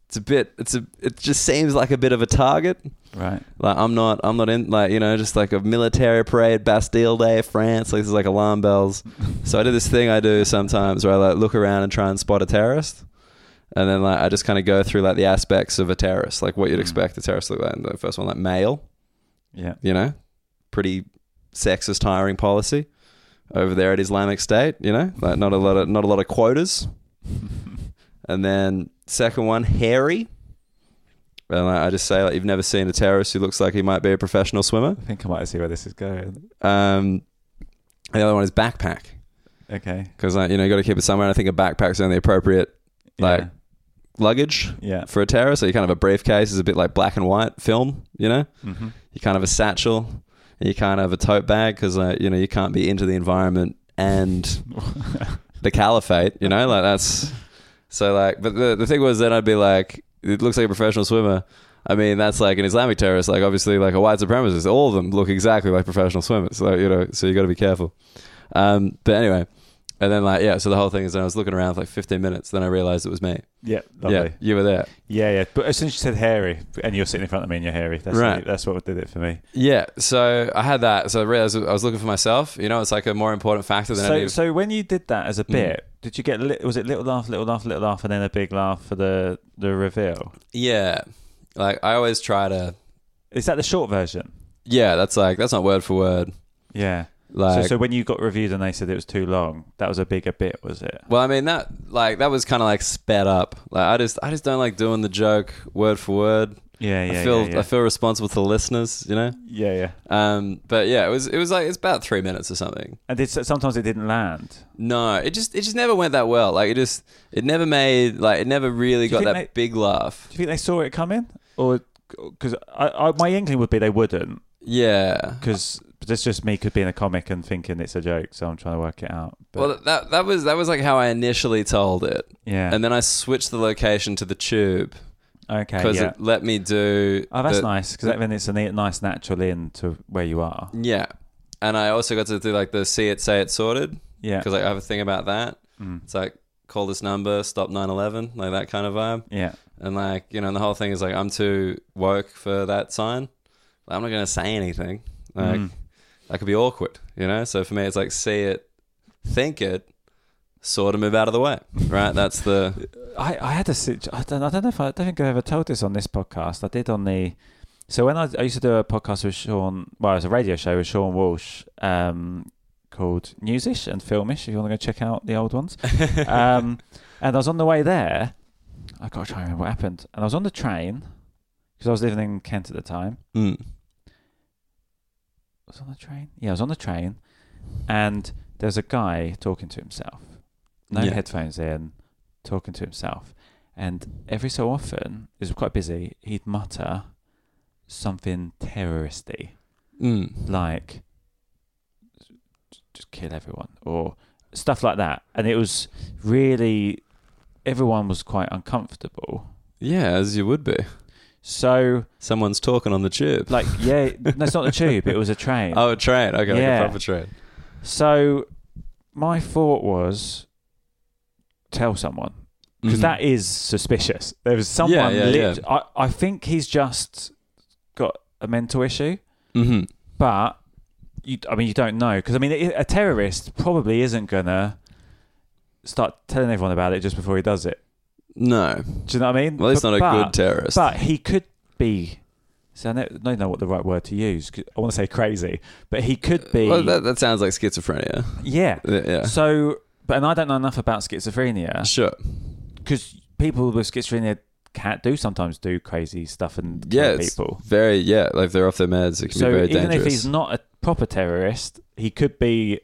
Speaker 2: it's a bit. It's a. It just seems like a bit of a target.
Speaker 1: Right.
Speaker 2: Like I'm not, I'm not in like you know just like a military parade, Bastille Day, France. Like this is like alarm bells. so I do this thing I do sometimes where I like look around and try and spot a terrorist, and then like I just kind of go through like the aspects of a terrorist, like what you'd expect a terrorist to look like. And the first one like male,
Speaker 1: Yeah.
Speaker 2: you know, pretty sexist hiring policy over there at Islamic State. You know, like not a lot of not a lot of quotas. and then second one hairy. And like, I just say like you've never seen a terrorist who looks like he might be a professional swimmer.
Speaker 1: I think I might see where this is going.
Speaker 2: Um, and the other one is backpack
Speaker 1: Okay.
Speaker 2: because like you know you got to keep it somewhere. And I think a backpack's only appropriate like luggage
Speaker 1: yeah.
Speaker 2: for a terrorist. So you kind of have a briefcase is a bit like black and white film. You know,
Speaker 1: yeah. hmm
Speaker 2: you kind of have a satchel and you kind of have a tote bag because like you know you can't be into the environment and the caliphate. You know, like that's so like. But the the thing was, then I'd be like, it looks like a professional swimmer. I mean, that's like an Islamic terrorist. Like obviously, like a white supremacist. All of them look exactly like professional swimmers. So you know, so you got to be careful. Um, but anyway, and then like yeah. So the whole thing is, then I was looking around for like 15 minutes. Then I realized it was me.
Speaker 1: Yeah. Lovely.
Speaker 2: Yeah, you were there.
Speaker 1: Yeah, yeah. But as soon as you said hairy, and you're sitting in front of me and you're hairy, that's
Speaker 2: Right.
Speaker 1: what- that's what did it for me.
Speaker 2: Yeah. So I had that. So I realized I was looking for myself. You know, it's like a more important factor than any.
Speaker 1: So,
Speaker 2: of-
Speaker 1: so when you Hmm. did that as a bit, did you get li- was it little laugh, little laugh, little laugh, and then a big laugh for the the reveal?
Speaker 2: yeah. Like I always try to.
Speaker 1: Is that the short version?
Speaker 2: Yeah, that's like that's not word for word.
Speaker 1: Yeah.
Speaker 2: Like,
Speaker 1: so, so when you got reviewed and they said it was too long, that was a bigger bit, was it?
Speaker 2: well, I mean that like that was kind of like sped up. Like I just I just don't like doing the joke word for word.
Speaker 1: Yeah, yeah,
Speaker 2: I feel
Speaker 1: yeah, yeah.
Speaker 2: I feel responsible to the listeners, you know.
Speaker 1: yeah, yeah.
Speaker 2: Um, but yeah, it was it was like it's about three minutes or something.
Speaker 1: And did, sometimes it didn't land.
Speaker 2: No, it just it just never went that well. Like it just it never made like it never really
Speaker 1: Do you
Speaker 2: got
Speaker 1: think
Speaker 2: that
Speaker 1: they-
Speaker 2: big laugh.
Speaker 1: Do you think they saw it coming, or because I, I, my inkling would be they wouldn't,
Speaker 2: Yeah.
Speaker 1: because that's just me could being a comic and thinking it's a joke, so I'm trying to work it out. But,
Speaker 2: Well, that that was that was like how I initially told it,
Speaker 1: yeah,
Speaker 2: and then I switched the location to the tube,
Speaker 1: Okay,
Speaker 2: because
Speaker 1: Uh, yeah.
Speaker 2: it let me do.
Speaker 1: oh, that's
Speaker 2: the-
Speaker 1: nice because then it's a neat, nice natural in to where you are.
Speaker 2: Yeah, and I also got to do like the see it, say it, sorted.
Speaker 1: Yeah. Mm.
Speaker 2: because I have a thing about that. It's like call this number, stop 9/11, like that kind of vibe.
Speaker 1: Yeah.
Speaker 2: And like you know, and the whole thing is like I'm too woke for that sign. I'm not gonna say anything. Like
Speaker 1: Mm.
Speaker 2: that could be awkward, you know. So for me, it's like see it, think it, sort of move out of the way. Right? That's the
Speaker 1: I, I had a situ- I don't, I don't know if I, I don't think I ever told this on this podcast. I did on the so when I, I used to do a podcast with Sean, well, it was a radio show with Sean Walsh um, called Newsish and Filmish. If you want to go check out the old ones, um, and I was on the way there. I got to try and remember what happened. And I was on the train because I was living in Kent at the time.
Speaker 2: mm,
Speaker 1: I was on the train. Yeah, I was on the train, and there's a guy talking to himself. No
Speaker 2: Yeah.
Speaker 1: headphones in, talking to himself. And every so often, he was quite busy. He'd mutter something terroristy,
Speaker 2: mm,
Speaker 1: like "just kill everyone" or stuff like that. And it was really everyone was quite uncomfortable.
Speaker 2: yeah, as you would be.
Speaker 1: So,
Speaker 2: Someone's talking on the tube.
Speaker 1: like, yeah, no, it's not the tube. It was a train.
Speaker 2: oh, a train. Okay,
Speaker 1: Yeah.
Speaker 2: like a proper train.
Speaker 1: So my thought was tell someone because
Speaker 2: Mhm.
Speaker 1: that is suspicious. There was someone.
Speaker 2: yeah,
Speaker 1: lit-
Speaker 2: yeah.
Speaker 1: I I think he's just got a mental issue,
Speaker 2: Mhm.
Speaker 1: but you I mean you don't know because I mean it, a terrorist probably isn't gonna start telling everyone about it just before he does it.
Speaker 2: No,
Speaker 1: Do you know what I mean?
Speaker 2: well, he's
Speaker 1: But-
Speaker 2: not a
Speaker 1: but-
Speaker 2: good terrorist.
Speaker 1: but he could be. So I don't don't know what the right word to use. 'cause I want to say crazy, but he could be.
Speaker 2: well, that, that sounds like schizophrenia.
Speaker 1: yeah.
Speaker 2: Yeah, yeah.
Speaker 1: So, uh, but and I don't know enough about schizophrenia
Speaker 2: sure.
Speaker 1: because people with schizophrenia can do sometimes do crazy stuff and
Speaker 2: Yeah,
Speaker 1: kill
Speaker 2: it's
Speaker 1: people.
Speaker 2: very yeah. Like they're off their meds. It can
Speaker 1: So
Speaker 2: be very
Speaker 1: even
Speaker 2: dangerous.
Speaker 1: if he's not a proper terrorist, he could be.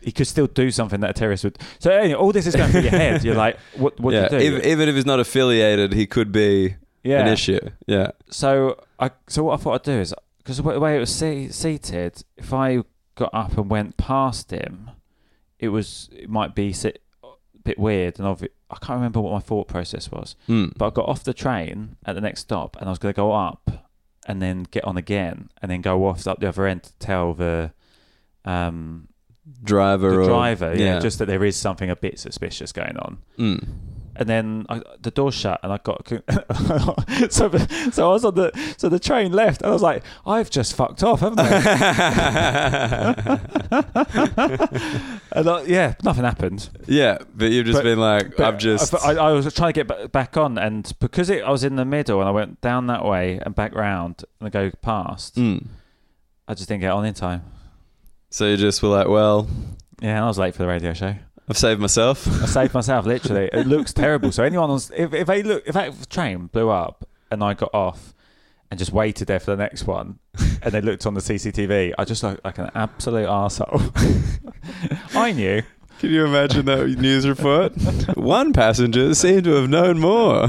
Speaker 1: He could still do something that a terrorist would. So anyway, all this is going through your head. You're like, what? What
Speaker 2: yeah,
Speaker 1: do you do?
Speaker 2: ev- even if he's not affiliated, he could be
Speaker 1: yeah.
Speaker 2: an issue. Yeah,
Speaker 1: So I. So what I thought I'd do is because the way it was se- seated, if I got up and went past him, it was it might be sit, a bit weird and obvi- I can't remember what my thought process was.
Speaker 2: Mm.
Speaker 1: But I got off the train at the next stop and I was going to go up and then get on again and then go off up the other end to tell the um
Speaker 2: driver
Speaker 1: the
Speaker 2: or
Speaker 1: driver yeah, just that there is something a bit suspicious going on
Speaker 2: Mm.
Speaker 1: and then I, the door shut and I got so so I was on the so the train left and I was like I've just fucked off haven't I and I, yeah nothing happened
Speaker 2: yeah. But you've just
Speaker 1: But-
Speaker 2: been like,
Speaker 1: But
Speaker 2: I've just
Speaker 1: I, I was trying to get ba- back on, and because it, I was in the middle, and I went down that way and back round and go past.
Speaker 2: Mm.
Speaker 1: I just didn't get on in time.
Speaker 2: So you just were like, well,
Speaker 1: Yeah, and I was late for the radio show.
Speaker 2: I've saved myself.
Speaker 1: I saved myself literally. It looks terrible. So anyone on s- if if they look if that train blew up and I got off and just waited there for the next one, and they looked on the CCTV, I just looked like an absolute arsehole. I knew.
Speaker 2: Can you imagine that news report? One passenger seemed to have known more.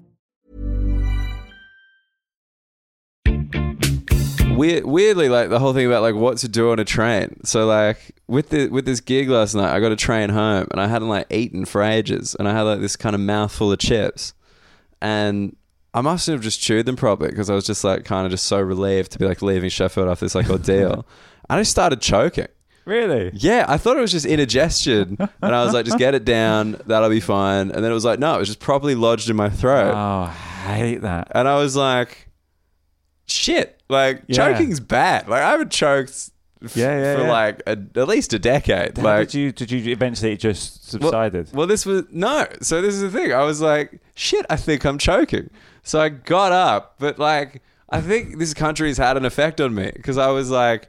Speaker 2: Weird, weirdly, like the whole thing about like what to do on a train. So like with the with this gig last night, I got a train home and I hadn't like eaten for ages, and I had like this kind of mouthful of chips, and I must have just chewed them properly because I was just like kind of just so relieved to be like leaving Sheffield after this like ordeal. I just started choking.
Speaker 1: Really?
Speaker 2: Yeah, I thought it was just indigestion, and I was like, just get it down, that'll be fine. And then it was like, no, it was just properly lodged in my throat,
Speaker 1: Oh, I hate that.
Speaker 2: and I was like, shit, like
Speaker 1: Yeah.
Speaker 2: choking's bad. Like I haven't choked. f-
Speaker 1: Yeah, yeah,
Speaker 2: for
Speaker 1: yeah.
Speaker 2: like a, at least a decade.
Speaker 1: How
Speaker 2: like
Speaker 1: did you did you eventually it just
Speaker 2: well-
Speaker 1: subsided?
Speaker 2: Well, this was no. So this is the thing. I was like, shit, I think I'm choking. So I got up, but like, I think this country's had an effect on me because I was like,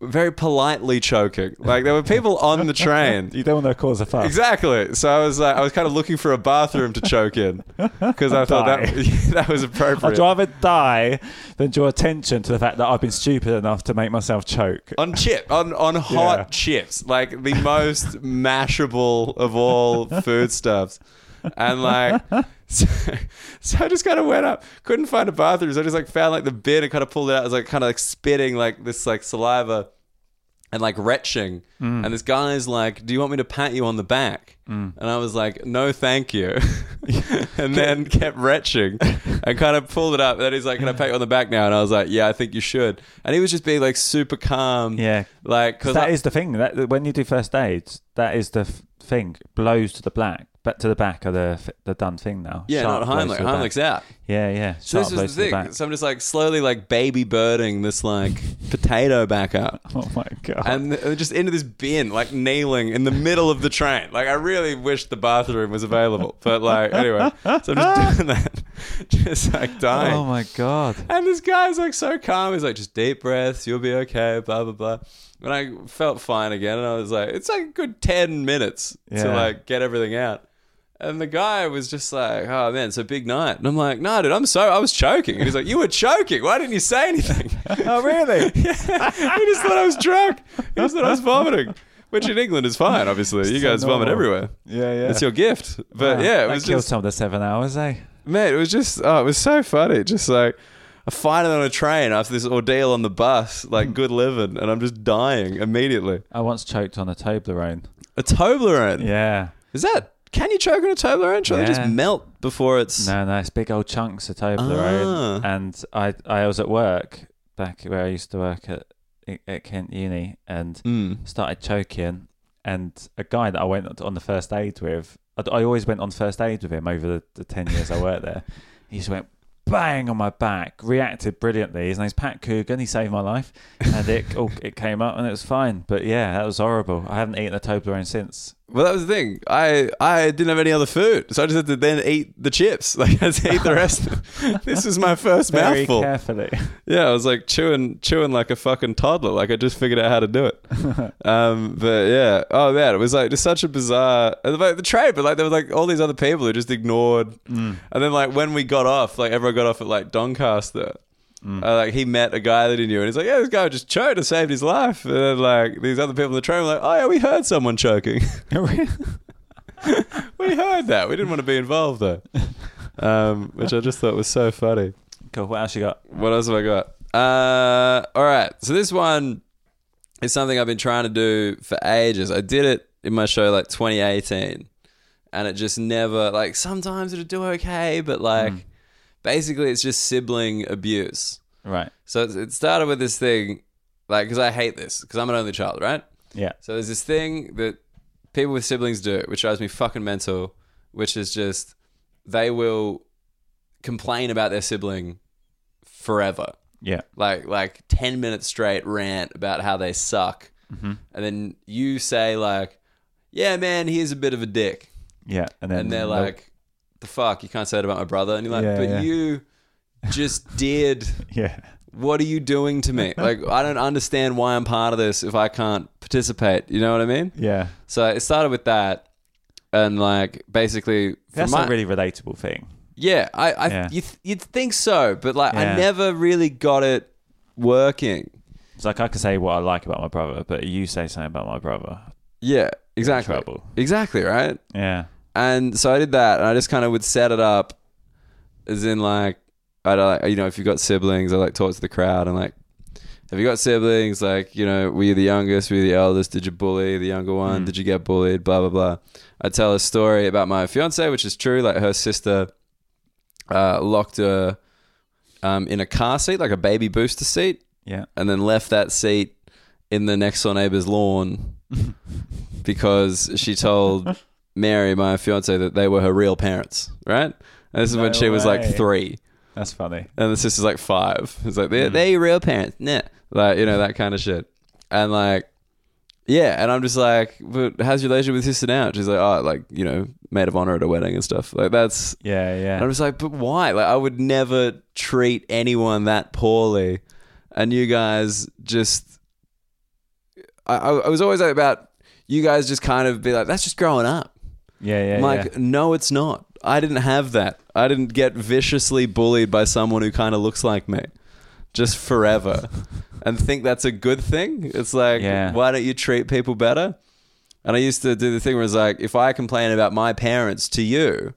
Speaker 2: very politely choking. Like there were people on the train.
Speaker 1: you don't want to cause a fuss.
Speaker 2: Exactly. So I was like, I was kind of looking for a bathroom to choke in because I thought that that was
Speaker 1: I'd
Speaker 2: appropriate.
Speaker 1: rather die than draw attention to the fact that I've been stupid enough to make myself choke.
Speaker 2: on chip on on hot chips like the most mashable of all foodstuffs and like so, so i just kind of went up couldn't find a bathroom so i just like found like the bin and kind of pulled it out i was like kind of like spitting like this like saliva and like retching
Speaker 1: Mm.
Speaker 2: and this guy's like do you want me to pat you on the back and i was like no thank you and then kept retching and kind of pulled it up and then he's like can i pat you on the back now and i was like yeah i think you should and he was just being like super calm
Speaker 1: Yeah.
Speaker 2: like because
Speaker 1: That is the thing. That when you do first aid, that is the f- thing. Blows to the black, but to the back are the f- the done thing now.
Speaker 2: yeah
Speaker 1: Sharp
Speaker 2: not
Speaker 1: blows
Speaker 2: Heimlich
Speaker 1: to the back.
Speaker 2: Heimlich's out
Speaker 1: Yeah, yeah.
Speaker 2: so
Speaker 1: Sharp
Speaker 2: this
Speaker 1: blows
Speaker 2: is
Speaker 1: to
Speaker 2: the thing
Speaker 1: back.
Speaker 2: so i'm just like slowly like baby birding this like potato back up
Speaker 1: Oh my god.
Speaker 2: and th- just into this bin, like kneeling in the middle of the train. Like I really wish the bathroom was available, but like anyway, so I'm just doing that, just like dying.
Speaker 1: oh my god.
Speaker 2: And this guy's like so calm. He's like, just deep breaths, you'll be okay, blah blah blah. And I felt fine again, and I was like, it's like a good ten minutes to
Speaker 1: Yeah.
Speaker 2: like get everything out. And the guy was just like, oh man, it's a big night. And I'm like, no, dude, I'm so, I was choking. And he's like, you were choking. Why didn't you say anything?
Speaker 1: Oh really?
Speaker 2: he just thought I was drunk. He just thought I was vomiting. Which in England is fine, obviously. You
Speaker 1: so
Speaker 2: guys vomit
Speaker 1: normal.
Speaker 2: everywhere.
Speaker 1: Yeah, yeah.
Speaker 2: It's your gift. But yeah, it was
Speaker 1: that killed
Speaker 2: just
Speaker 1: some of the seven hours, eh?
Speaker 2: mate, it was just oh, it was so funny. Just like I find it on a train after this ordeal on the bus, like good living, and I'm just dying immediately.
Speaker 1: I once choked on a Toblerone.
Speaker 2: A Toblerone.
Speaker 1: Yeah.
Speaker 2: Is that can you choke on a Toblerone? Should they just
Speaker 1: Yeah.
Speaker 2: melt before it's
Speaker 1: No, no, it's big old chunks of Toblerone.
Speaker 2: Ah.
Speaker 1: And I, I was at work back where I used to work at at Kent Uni, and
Speaker 2: Mm.
Speaker 1: started choking. And a guy that I went on the first aid with, I, I always went on first aid with him over the, the ten years I worked there. He just went bang on my back, reacted brilliantly. His name's Pat Coogan. He saved my life, and it all it came up and it was fine. But yeah, that was horrible. I haven't eaten a Toblerone since.
Speaker 2: Well, that was the thing. I I didn't have any other food, so I just had to then eat the chips. Like I had to eat the rest. of This was my first
Speaker 1: Very
Speaker 2: mouthful.
Speaker 1: carefully.
Speaker 2: Yeah, I was like chewing, chewing like a fucking toddler. Like I just figured out how to do it. um, but yeah, oh man, it was like just such a bizarre and, like the trade. But like there was like all these other people who just ignored. And then like when we got off, like everyone got off at like Doncaster. Uh, like he met a guy that he knew, and he's like, "Yeah, this guy just choked and saved his life." And then like these other people in the train were like, "Oh yeah, we heard someone choking. we heard that. We didn't want to be involved though." Um, which I just thought was so funny.
Speaker 1: cool. What else you got?
Speaker 2: What else have I got? Uh, all right. So this one is something I've been trying to do for ages. I did it in my show like 2018, and it just never like. Sometimes it'd do okay, but like, basically, it's just sibling abuse.
Speaker 1: Right.
Speaker 2: So it's- it started with this thing, like, because I hate this because I'm an only child, right?
Speaker 1: Yeah.
Speaker 2: So there's this thing that people with siblings do, which drives me fucking mental, which is just they will complain about their sibling forever.
Speaker 1: Yeah.
Speaker 2: Like like ten minutes straight rant about how they suck.
Speaker 1: Mm-hmm.
Speaker 2: And then you say like, Yeah, man, he's a bit of a dick.
Speaker 1: Yeah. And then
Speaker 2: And they're
Speaker 1: nope.
Speaker 2: like, The fuck, you can't say that about my brother. And you're like,
Speaker 1: Yeah,
Speaker 2: But
Speaker 1: yeah.
Speaker 2: you just did
Speaker 1: yeah.
Speaker 2: what are you doing to me? Like I don't understand why I'm part of this if I can't participate. You know what I mean?
Speaker 1: Yeah.
Speaker 2: So it started with that, and like basically, for
Speaker 1: That's
Speaker 2: my,
Speaker 1: a really relatable thing.
Speaker 2: yeah, I, I
Speaker 1: Yeah.
Speaker 2: You th- you'd think so, but like I
Speaker 1: Yeah.
Speaker 2: never really got it working.
Speaker 1: It's like I can say what I like about my brother, but you say something about my brother.
Speaker 2: Yeah, exactly,
Speaker 1: trouble.
Speaker 2: exactly, right?
Speaker 1: Yeah.
Speaker 2: And so I did that, and I just kind of would set it up, uh, as in like I don't, you know, if you've got siblings, I like talk to the crowd and like have you got siblings? Like, you know, were you the youngest? Were you the eldest? Did you bully the younger one? Did you get bullied? Blah, blah, blah. I tell a story about my fiance, which is true. Like, her sister uh, locked her um, in a car seat, like a baby booster seat,
Speaker 1: Yeah.
Speaker 2: and then left that seat in the next door neighbor's lawn because she told Mary, my fiance, that they were her real parents, right? And this is when
Speaker 1: No
Speaker 2: she was like
Speaker 1: way.
Speaker 2: three.
Speaker 1: That's funny.
Speaker 2: And the sister's like five. It's like
Speaker 1: Hmm.
Speaker 2: they're, they're your real parents. Nah. Like, you know, that kind of shit. And like yeah, and I'm just like, but how's your relationship with your sister now? And She's like, oh, like, you know, maid of honor at a wedding and stuff. Like that's
Speaker 1: Yeah, yeah.
Speaker 2: and I'm just like, but why? Like I would never treat anyone that poorly. And you guys just I, I I was always like about you guys just kind of be like, that's just growing up.
Speaker 1: yeah, yeah.
Speaker 2: I'm like,
Speaker 1: yeah.
Speaker 2: no, it's not. I didn't have that. I didn't get viciously bullied by someone who kind of looks like me just forever and think that's a good thing. It's like,
Speaker 1: Yeah.
Speaker 2: why don't you treat people better? And I used to do the thing where it's like, if I complain about my parents to you,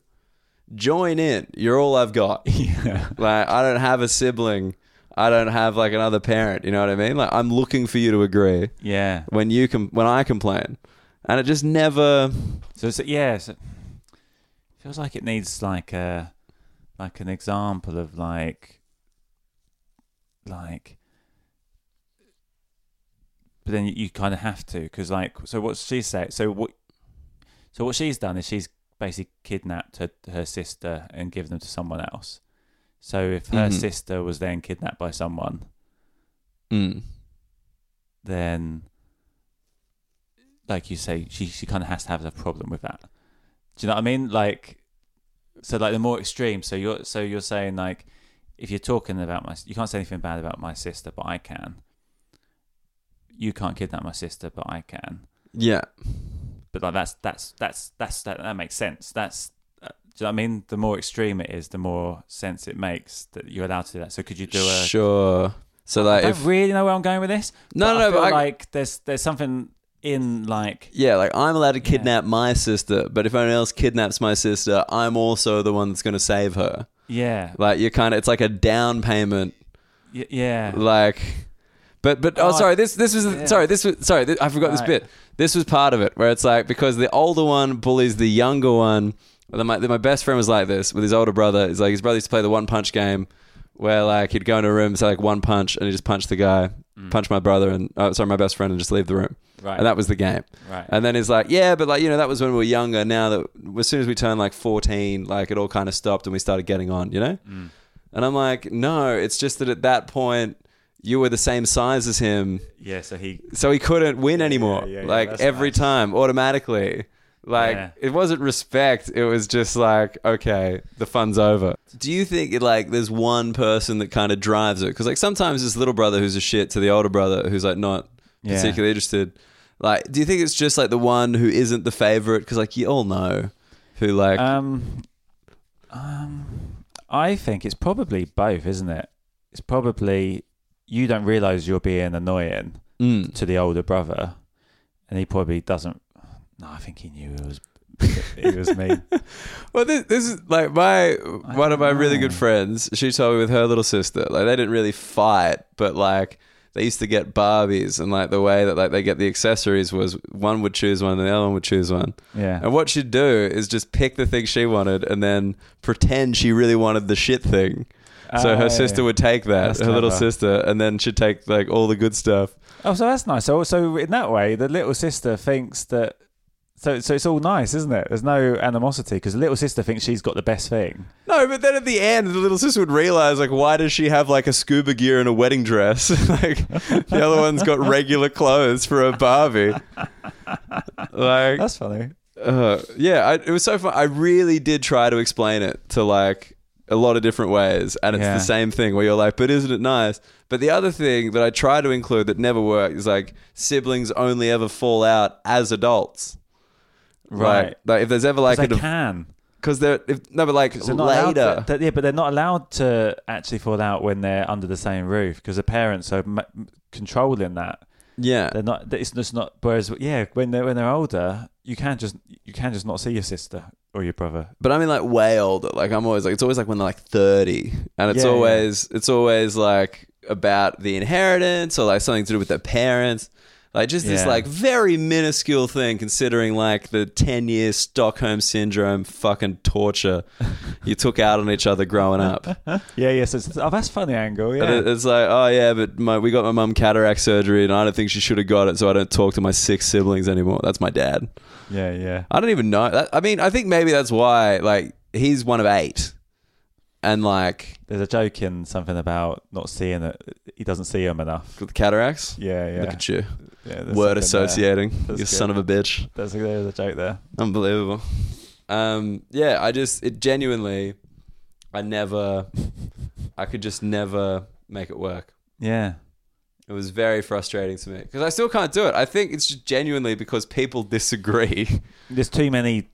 Speaker 2: join in. You're all I've got.
Speaker 1: yeah.
Speaker 2: Like, I don't have a sibling. I don't have like another parent. You know what I mean? Like, I'm looking for you to agree
Speaker 1: Yeah.
Speaker 2: when you com- when I complain. And it just never
Speaker 1: So it's, yeah, so feels like it needs like a like an example of like like. But then you, you kind of have to because like so what she said so what so what she's done is she's basically kidnapped her, her sister and given them to someone else. So if her
Speaker 2: Mhm.
Speaker 1: sister was then kidnapped by someone, Hmm.
Speaker 2: Mm.
Speaker 1: then like you say she she kind of has to have a problem with that do you know what i mean like so like the more extreme so you're so you're saying like if you're talking about my you can't say anything bad about my sister but i can you can't kidnap my sister but i can
Speaker 2: Yeah.
Speaker 1: but like that's that's that's that's that, that makes sense that's uh, do you know what I mean? The more extreme it is, the more sense it makes that you're allowed to do that. So could you do a
Speaker 2: sure. So like
Speaker 1: I
Speaker 2: if
Speaker 1: don't really know where I'm going with this.
Speaker 2: No, no,
Speaker 1: I
Speaker 2: no,
Speaker 1: feel
Speaker 2: but I-
Speaker 1: like there's there's something in like
Speaker 2: yeah, like I'm allowed to kidnap my sister, but if anyone else kidnaps my sister, I'm also the one that's going to save her.
Speaker 1: yeah,
Speaker 2: Like you're kind of it's like a down payment
Speaker 1: y- yeah,
Speaker 2: like but but oh,
Speaker 1: Oh,
Speaker 2: sorry this this was
Speaker 1: yeah.
Speaker 2: sorry this was sorry th- I forgot this
Speaker 1: Right.
Speaker 2: bit this was part of it where it's like because the older one bullies the younger one and then my, then my best friend was like this with his older brother is like his brother used to play the one punch game where like he'd go into a room say like one punch and he just punch the guy punch my brother and oh, sorry my best friend and just leave the room
Speaker 1: Mm. Right.
Speaker 2: and that was the game
Speaker 1: Right.
Speaker 2: and then it's like yeah but like you know that was when we were younger now that as soon as we turned like 14 like it all kind of stopped and we started getting on you know and I'm like, no, it's just that at that point you were the same size as him,
Speaker 1: yeah. So he
Speaker 2: so he couldn't win anymore.
Speaker 1: yeah, yeah,
Speaker 2: like
Speaker 1: that's
Speaker 2: every
Speaker 1: nice.
Speaker 2: time, automatically. Like
Speaker 1: Yeah.
Speaker 2: it wasn't respect; it was just like, okay, the fun's over. Do you think like there's one person that kind of drives it? Because like sometimes this little brother who's a shit to the older brother who's like not
Speaker 1: Yeah.
Speaker 2: particularly interested. Like, do you think it's just like the one who isn't the favorite? Because like you all know who like
Speaker 1: um um I think it's probably both, isn't it? It's probably you don't realize you're being annoying
Speaker 2: mm.
Speaker 1: to the older brother, and he probably doesn't. No, I think he knew it was it was me.
Speaker 2: Well, this, this is like my one of my really good
Speaker 1: know.
Speaker 2: friends. She told me with her little sister, like they didn't really fight, but like they used to get Barbies, and like the way that like they get the accessories was one would choose one, and the other one would choose one.
Speaker 1: Yeah,
Speaker 2: And what she'd do is just pick the thing she wanted, and then pretend she really wanted the shit thing. So her
Speaker 1: Oh.
Speaker 2: sister would take that,
Speaker 1: That's
Speaker 2: her little
Speaker 1: clever.
Speaker 2: sister, and then she'd take like all the good stuff.
Speaker 1: Oh, so that's nice. So, so in that way, the little sister thinks that. So, so it's all nice, isn't it? There's no animosity because the little sister thinks she's got the best thing.
Speaker 2: No, but then at the end, the little sister would realize, like, why does she have like a scuba gear and a wedding dress? like, the other one's got regular clothes for a Barbie. like,
Speaker 1: That's funny.
Speaker 2: uh, yeah, I, it was so fun. I really did try to explain it to like a lot of different ways, and it's
Speaker 1: Yeah.
Speaker 2: the same thing where you're like, but isn't it nice? But the other thing that I try to include that never worked is like siblings only ever fall out as adults.
Speaker 1: Right.
Speaker 2: Like, like, if there's ever like
Speaker 1: they
Speaker 2: a
Speaker 1: can.
Speaker 2: because they're if, no, but like
Speaker 1: 'Cause They're not allowed
Speaker 2: later.
Speaker 1: to- that- yeah, but they're not allowed to actually fall out when they're under the same roof because the parents are ma- controlling that.
Speaker 2: yeah,
Speaker 1: They're not. It's just not. Whereas, yeah, when they're when they're older, you can just you can just not see your sister or your brother.
Speaker 2: But I mean, like way older. Like I'm always like it's always like when they're like 30, and it's
Speaker 1: Yeah, yeah.
Speaker 2: always it's always like about the inheritance or like something to do with their parents. Like just this
Speaker 1: Yeah.
Speaker 2: like very minuscule thing considering like the 10 year Stockholm syndrome fucking torture you took out on each other growing up.
Speaker 1: Yeah, yes. Yeah, so it's- oh, that's a funny angle.
Speaker 2: And it-
Speaker 1: Yeah.
Speaker 2: it's like, oh yeah, but my, we got my mum cataract surgery and I don't think she should have got it, so I don't talk to my six siblings anymore. That's my dad.
Speaker 1: Yeah, yeah.
Speaker 2: I don't even know. That, I mean, I think maybe that's why like he's one of eight. And like
Speaker 1: There's a joke in something about not seeing it. He doesn't see him enough.
Speaker 2: with the cataracts.
Speaker 1: Yeah, yeah.
Speaker 2: Look at you.
Speaker 1: yeah there's
Speaker 2: Word
Speaker 1: something there.
Speaker 2: associating. You
Speaker 1: uh, That's good.
Speaker 2: son of a bitch.
Speaker 1: There's a, there's a joke there.
Speaker 2: Unbelievable. Um, yeah, I just it genuinely I never I could just never make it work.
Speaker 1: Yeah.
Speaker 2: It was very frustrating to me because I still can't do it. I think it's just genuinely because people disagree.
Speaker 1: There's too many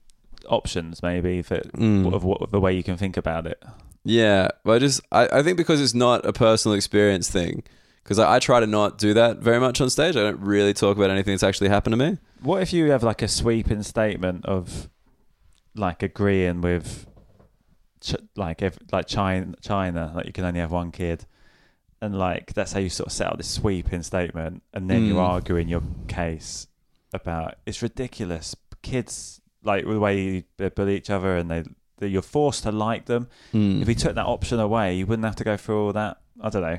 Speaker 1: options, maybe, if it,
Speaker 2: Mm.
Speaker 1: of what, the way you can think about it.
Speaker 2: Yeah, but I just I, I think because it's not a personal experience thing. Because I, I try to not do that very much on stage. I don't really talk about anything that's actually happened to me.
Speaker 1: What if you have like a sweeping statement of like agreeing with ch- like ev- like China, China, like you can only have one kid, and like that's how you sort of set out this sweeping statement, and then you're
Speaker 2: Mm.
Speaker 1: arguing your case about it's ridiculous. Kids like the way they bully each other, and they, they you're forced to like them.
Speaker 2: Mm.
Speaker 1: If you took that option away, you wouldn't have to go through all that. I don't know.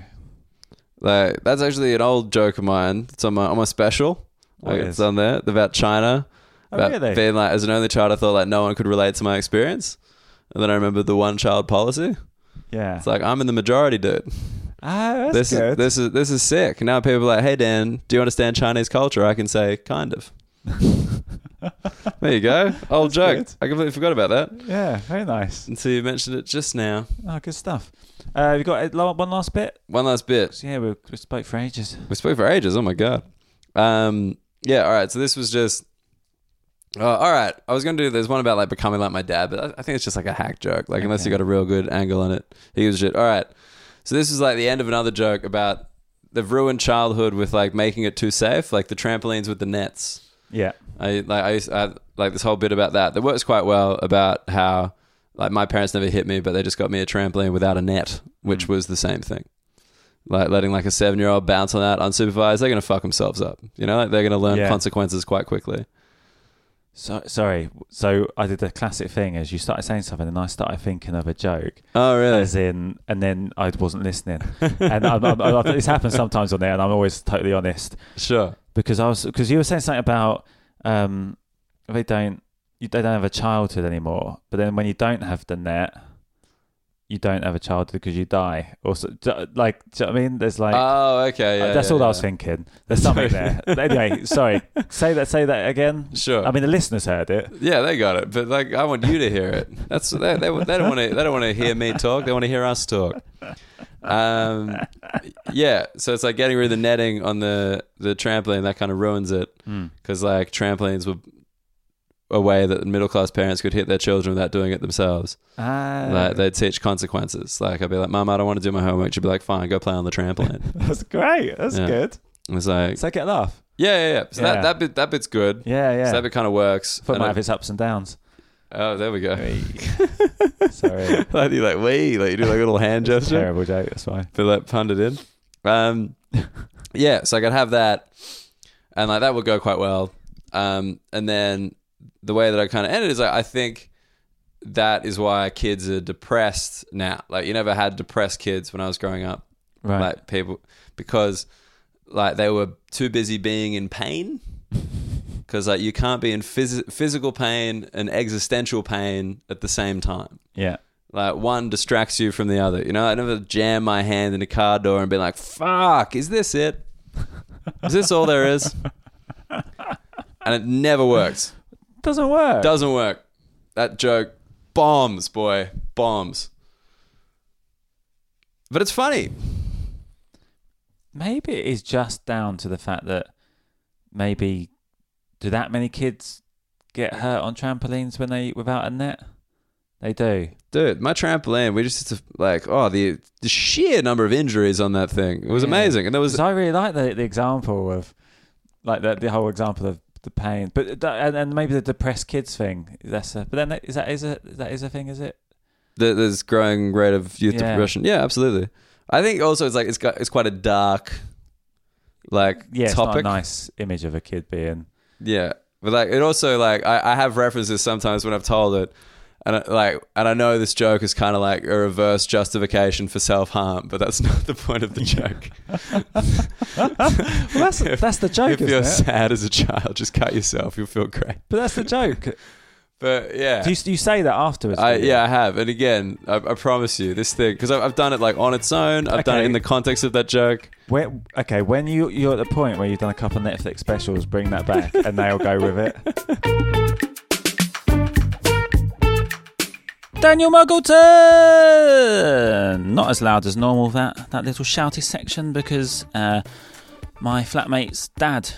Speaker 2: Like that's actually an old joke of mine. It's on my on my special.
Speaker 1: What
Speaker 2: Like,
Speaker 1: is?
Speaker 2: it's on there about China.
Speaker 1: Oh,
Speaker 2: about
Speaker 1: really?
Speaker 2: being like as an only child, I thought like no one could relate to my experience. And then I remembered the one child policy.
Speaker 1: Yeah.
Speaker 2: It's like I'm in the majority, dude.
Speaker 1: oh, that's
Speaker 2: this
Speaker 1: good.
Speaker 2: is this is this is sick. Now people are like, hey Dan, do you understand Chinese culture? I can say kind of. there you go. Old joke.
Speaker 1: good.
Speaker 2: I completely forgot about that
Speaker 1: yeah, very nice.
Speaker 2: until you mentioned it just now.
Speaker 1: Oh, good stuff. Uh, we got uh, one last bit.
Speaker 2: One last bit.
Speaker 1: So, yeah, we, we spoke for ages.
Speaker 2: We spoke for ages. Oh my god. Um. Yeah. All right. So this was just. Uh, all right. I was gonna do. There's one about like becoming like my dad, but I, I think it's just like a hack joke. Like unless you got a real good angle on it, who gives a shit. All right. So this is like the end of another joke about they've ruined childhood with like making it too safe, like the trampolines with the nets.
Speaker 1: Yeah,
Speaker 2: I like I, used, I had, like this whole bit about that that works quite well about how like my parents never hit me, but they just got me a trampoline without a net,
Speaker 1: Mm.
Speaker 2: which was the same thing. Like letting like a seven year old bounce on that unsupervised, they're gonna fuck themselves up. You know, like they're gonna learn
Speaker 1: Yeah.
Speaker 2: consequences quite quickly.
Speaker 1: So sorry. So I did the classic thing as you started saying something, and I started thinking of a joke,
Speaker 2: Oh really?
Speaker 1: as in, and then I wasn't listening. and I'm, I'm, i this happens sometimes on there, and I'm always totally honest
Speaker 2: Sure.
Speaker 1: because I was because you were saying something about um, they don't you, they don't have a childhood anymore, but then when you don't have the net, you don't have a childhood because you die. Also, like do you know what I mean, there's like. uh,
Speaker 2: oh okay. Yeah,
Speaker 1: that's
Speaker 2: yeah,
Speaker 1: all I was
Speaker 2: yeah.
Speaker 1: thinking. There's something
Speaker 2: Sorry.
Speaker 1: there. Anyway, sorry. Say that. Say that again.
Speaker 2: Sure.
Speaker 1: I mean, the listeners heard it.
Speaker 2: Yeah, they got it, but like I want you to hear it. That's they, they, they don't want to they don't want to hear me talk. They want to hear us talk. Um, yeah, so it's like getting rid of the netting on the the trampoline that kind of ruins it
Speaker 1: Hmm.
Speaker 2: because like trampolines were a way that middle class parents could hit their children without doing it themselves.
Speaker 1: Ah,
Speaker 2: Like they'd teach consequences. Like I'd be like, "Mom, I don't want to do my homework." She'd be like, "Fine, go play on the trampoline."
Speaker 1: that's great. That's
Speaker 2: Yeah.
Speaker 1: good.
Speaker 2: And it's like,
Speaker 1: So I get a laugh.
Speaker 2: yeah, yeah, yeah. So
Speaker 1: Yeah.
Speaker 2: that that bit that bit's good.
Speaker 1: Yeah, yeah.
Speaker 2: So that bit kind of works.
Speaker 1: Foot
Speaker 2: And
Speaker 1: might
Speaker 2: I-
Speaker 1: have its ups and downs.
Speaker 2: oh, there we go.
Speaker 1: Sorry.
Speaker 2: like you like wait, like you do like a little hand gesture,
Speaker 1: Terrible joke. That's why.
Speaker 2: but like punted in. Um, yeah, so I could have that, and like that would go quite well. Um, and then the way that I kind of ended is like I think that is why kids are depressed now. Like you never had depressed kids when I was growing up,
Speaker 1: Right.
Speaker 2: like people because like they were too busy being in pain. Because like you can't be in phys- physical pain and existential pain at the same time
Speaker 1: yeah.
Speaker 2: like one distracts you from the other. You know, I never jam my hand in a car door and be like, "Fuck, is this it? Is this all there is?" And it never works.
Speaker 1: Doesn't work.
Speaker 2: Doesn't work. That joke bombs, boy, bombs. But it's funny.
Speaker 1: maybe it is just down to the fact that maybe do that many kids get hurt on trampolines when they without a net? They do.
Speaker 2: Dude, my trampoline, we just used to, like, oh, the, the sheer number of injuries on that thing. It was
Speaker 1: Yeah.
Speaker 2: amazing. And there was,
Speaker 1: Because I really like the, the example of like the, the whole example of the pain, but that, and, and maybe the depressed kids thing. That's a, but then that, is that is a that is a thing, is it?
Speaker 2: the, this growing rate of youth
Speaker 1: Yeah.
Speaker 2: depression. Yeah, absolutely. I think also it's like it's got it's quite a dark, like
Speaker 1: Yeah, it's not a
Speaker 2: topic.
Speaker 1: nice image of a kid being.
Speaker 2: Yeah, but like it also like I, I have references sometimes when I've told it, and I, like and I know this joke is kind of like a reverse justification for self harm, but that's not the point of the joke.
Speaker 1: that's- that's the joke,
Speaker 2: If
Speaker 1: isn't
Speaker 2: you're
Speaker 1: it?
Speaker 2: sad as a child, just cut yourself. You'll feel great.
Speaker 1: But that's the joke.
Speaker 2: But yeah.
Speaker 1: Do you, you say that afterwards?
Speaker 2: I,
Speaker 1: do you?
Speaker 2: yeah, I have, and again, I, I promise you, this thing because I've, I've done it like on its own. I've done it
Speaker 1: Okay.
Speaker 2: in the context of that joke.
Speaker 1: Where, okay, when you you're at the point where you've done a couple Netflix specials, bring that back, and they'll go with it. Daniel Muggleton, not as loud as normal that that little shouty section because uh, my flatmate's dad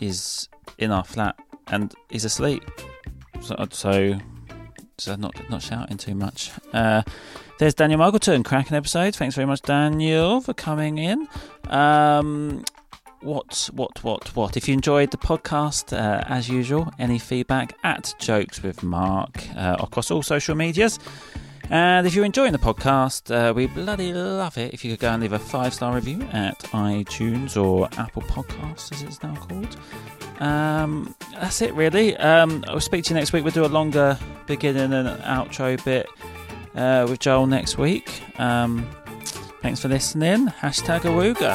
Speaker 1: is in our flat and he's asleep, so uh, so, so not not shouting too much. Uh, there's Daniel Muggleton, cracking episode. Thanks very much, Daniel, for coming in. Um, what, what, what, what? If you enjoyed the podcast, uh, as usual, any feedback at Jokes with Mark uh, across all social medias. And if you're enjoying the podcast, uh, we bloody love it if you could go and leave a five star review at iTunes or Apple Podcasts, as it's now called. Um, that's it, really. Um, I'll speak to you next week. We'll do a longer beginning and outro bit uh, with Joel next week. Um, thanks for listening. Hashtag Awooga.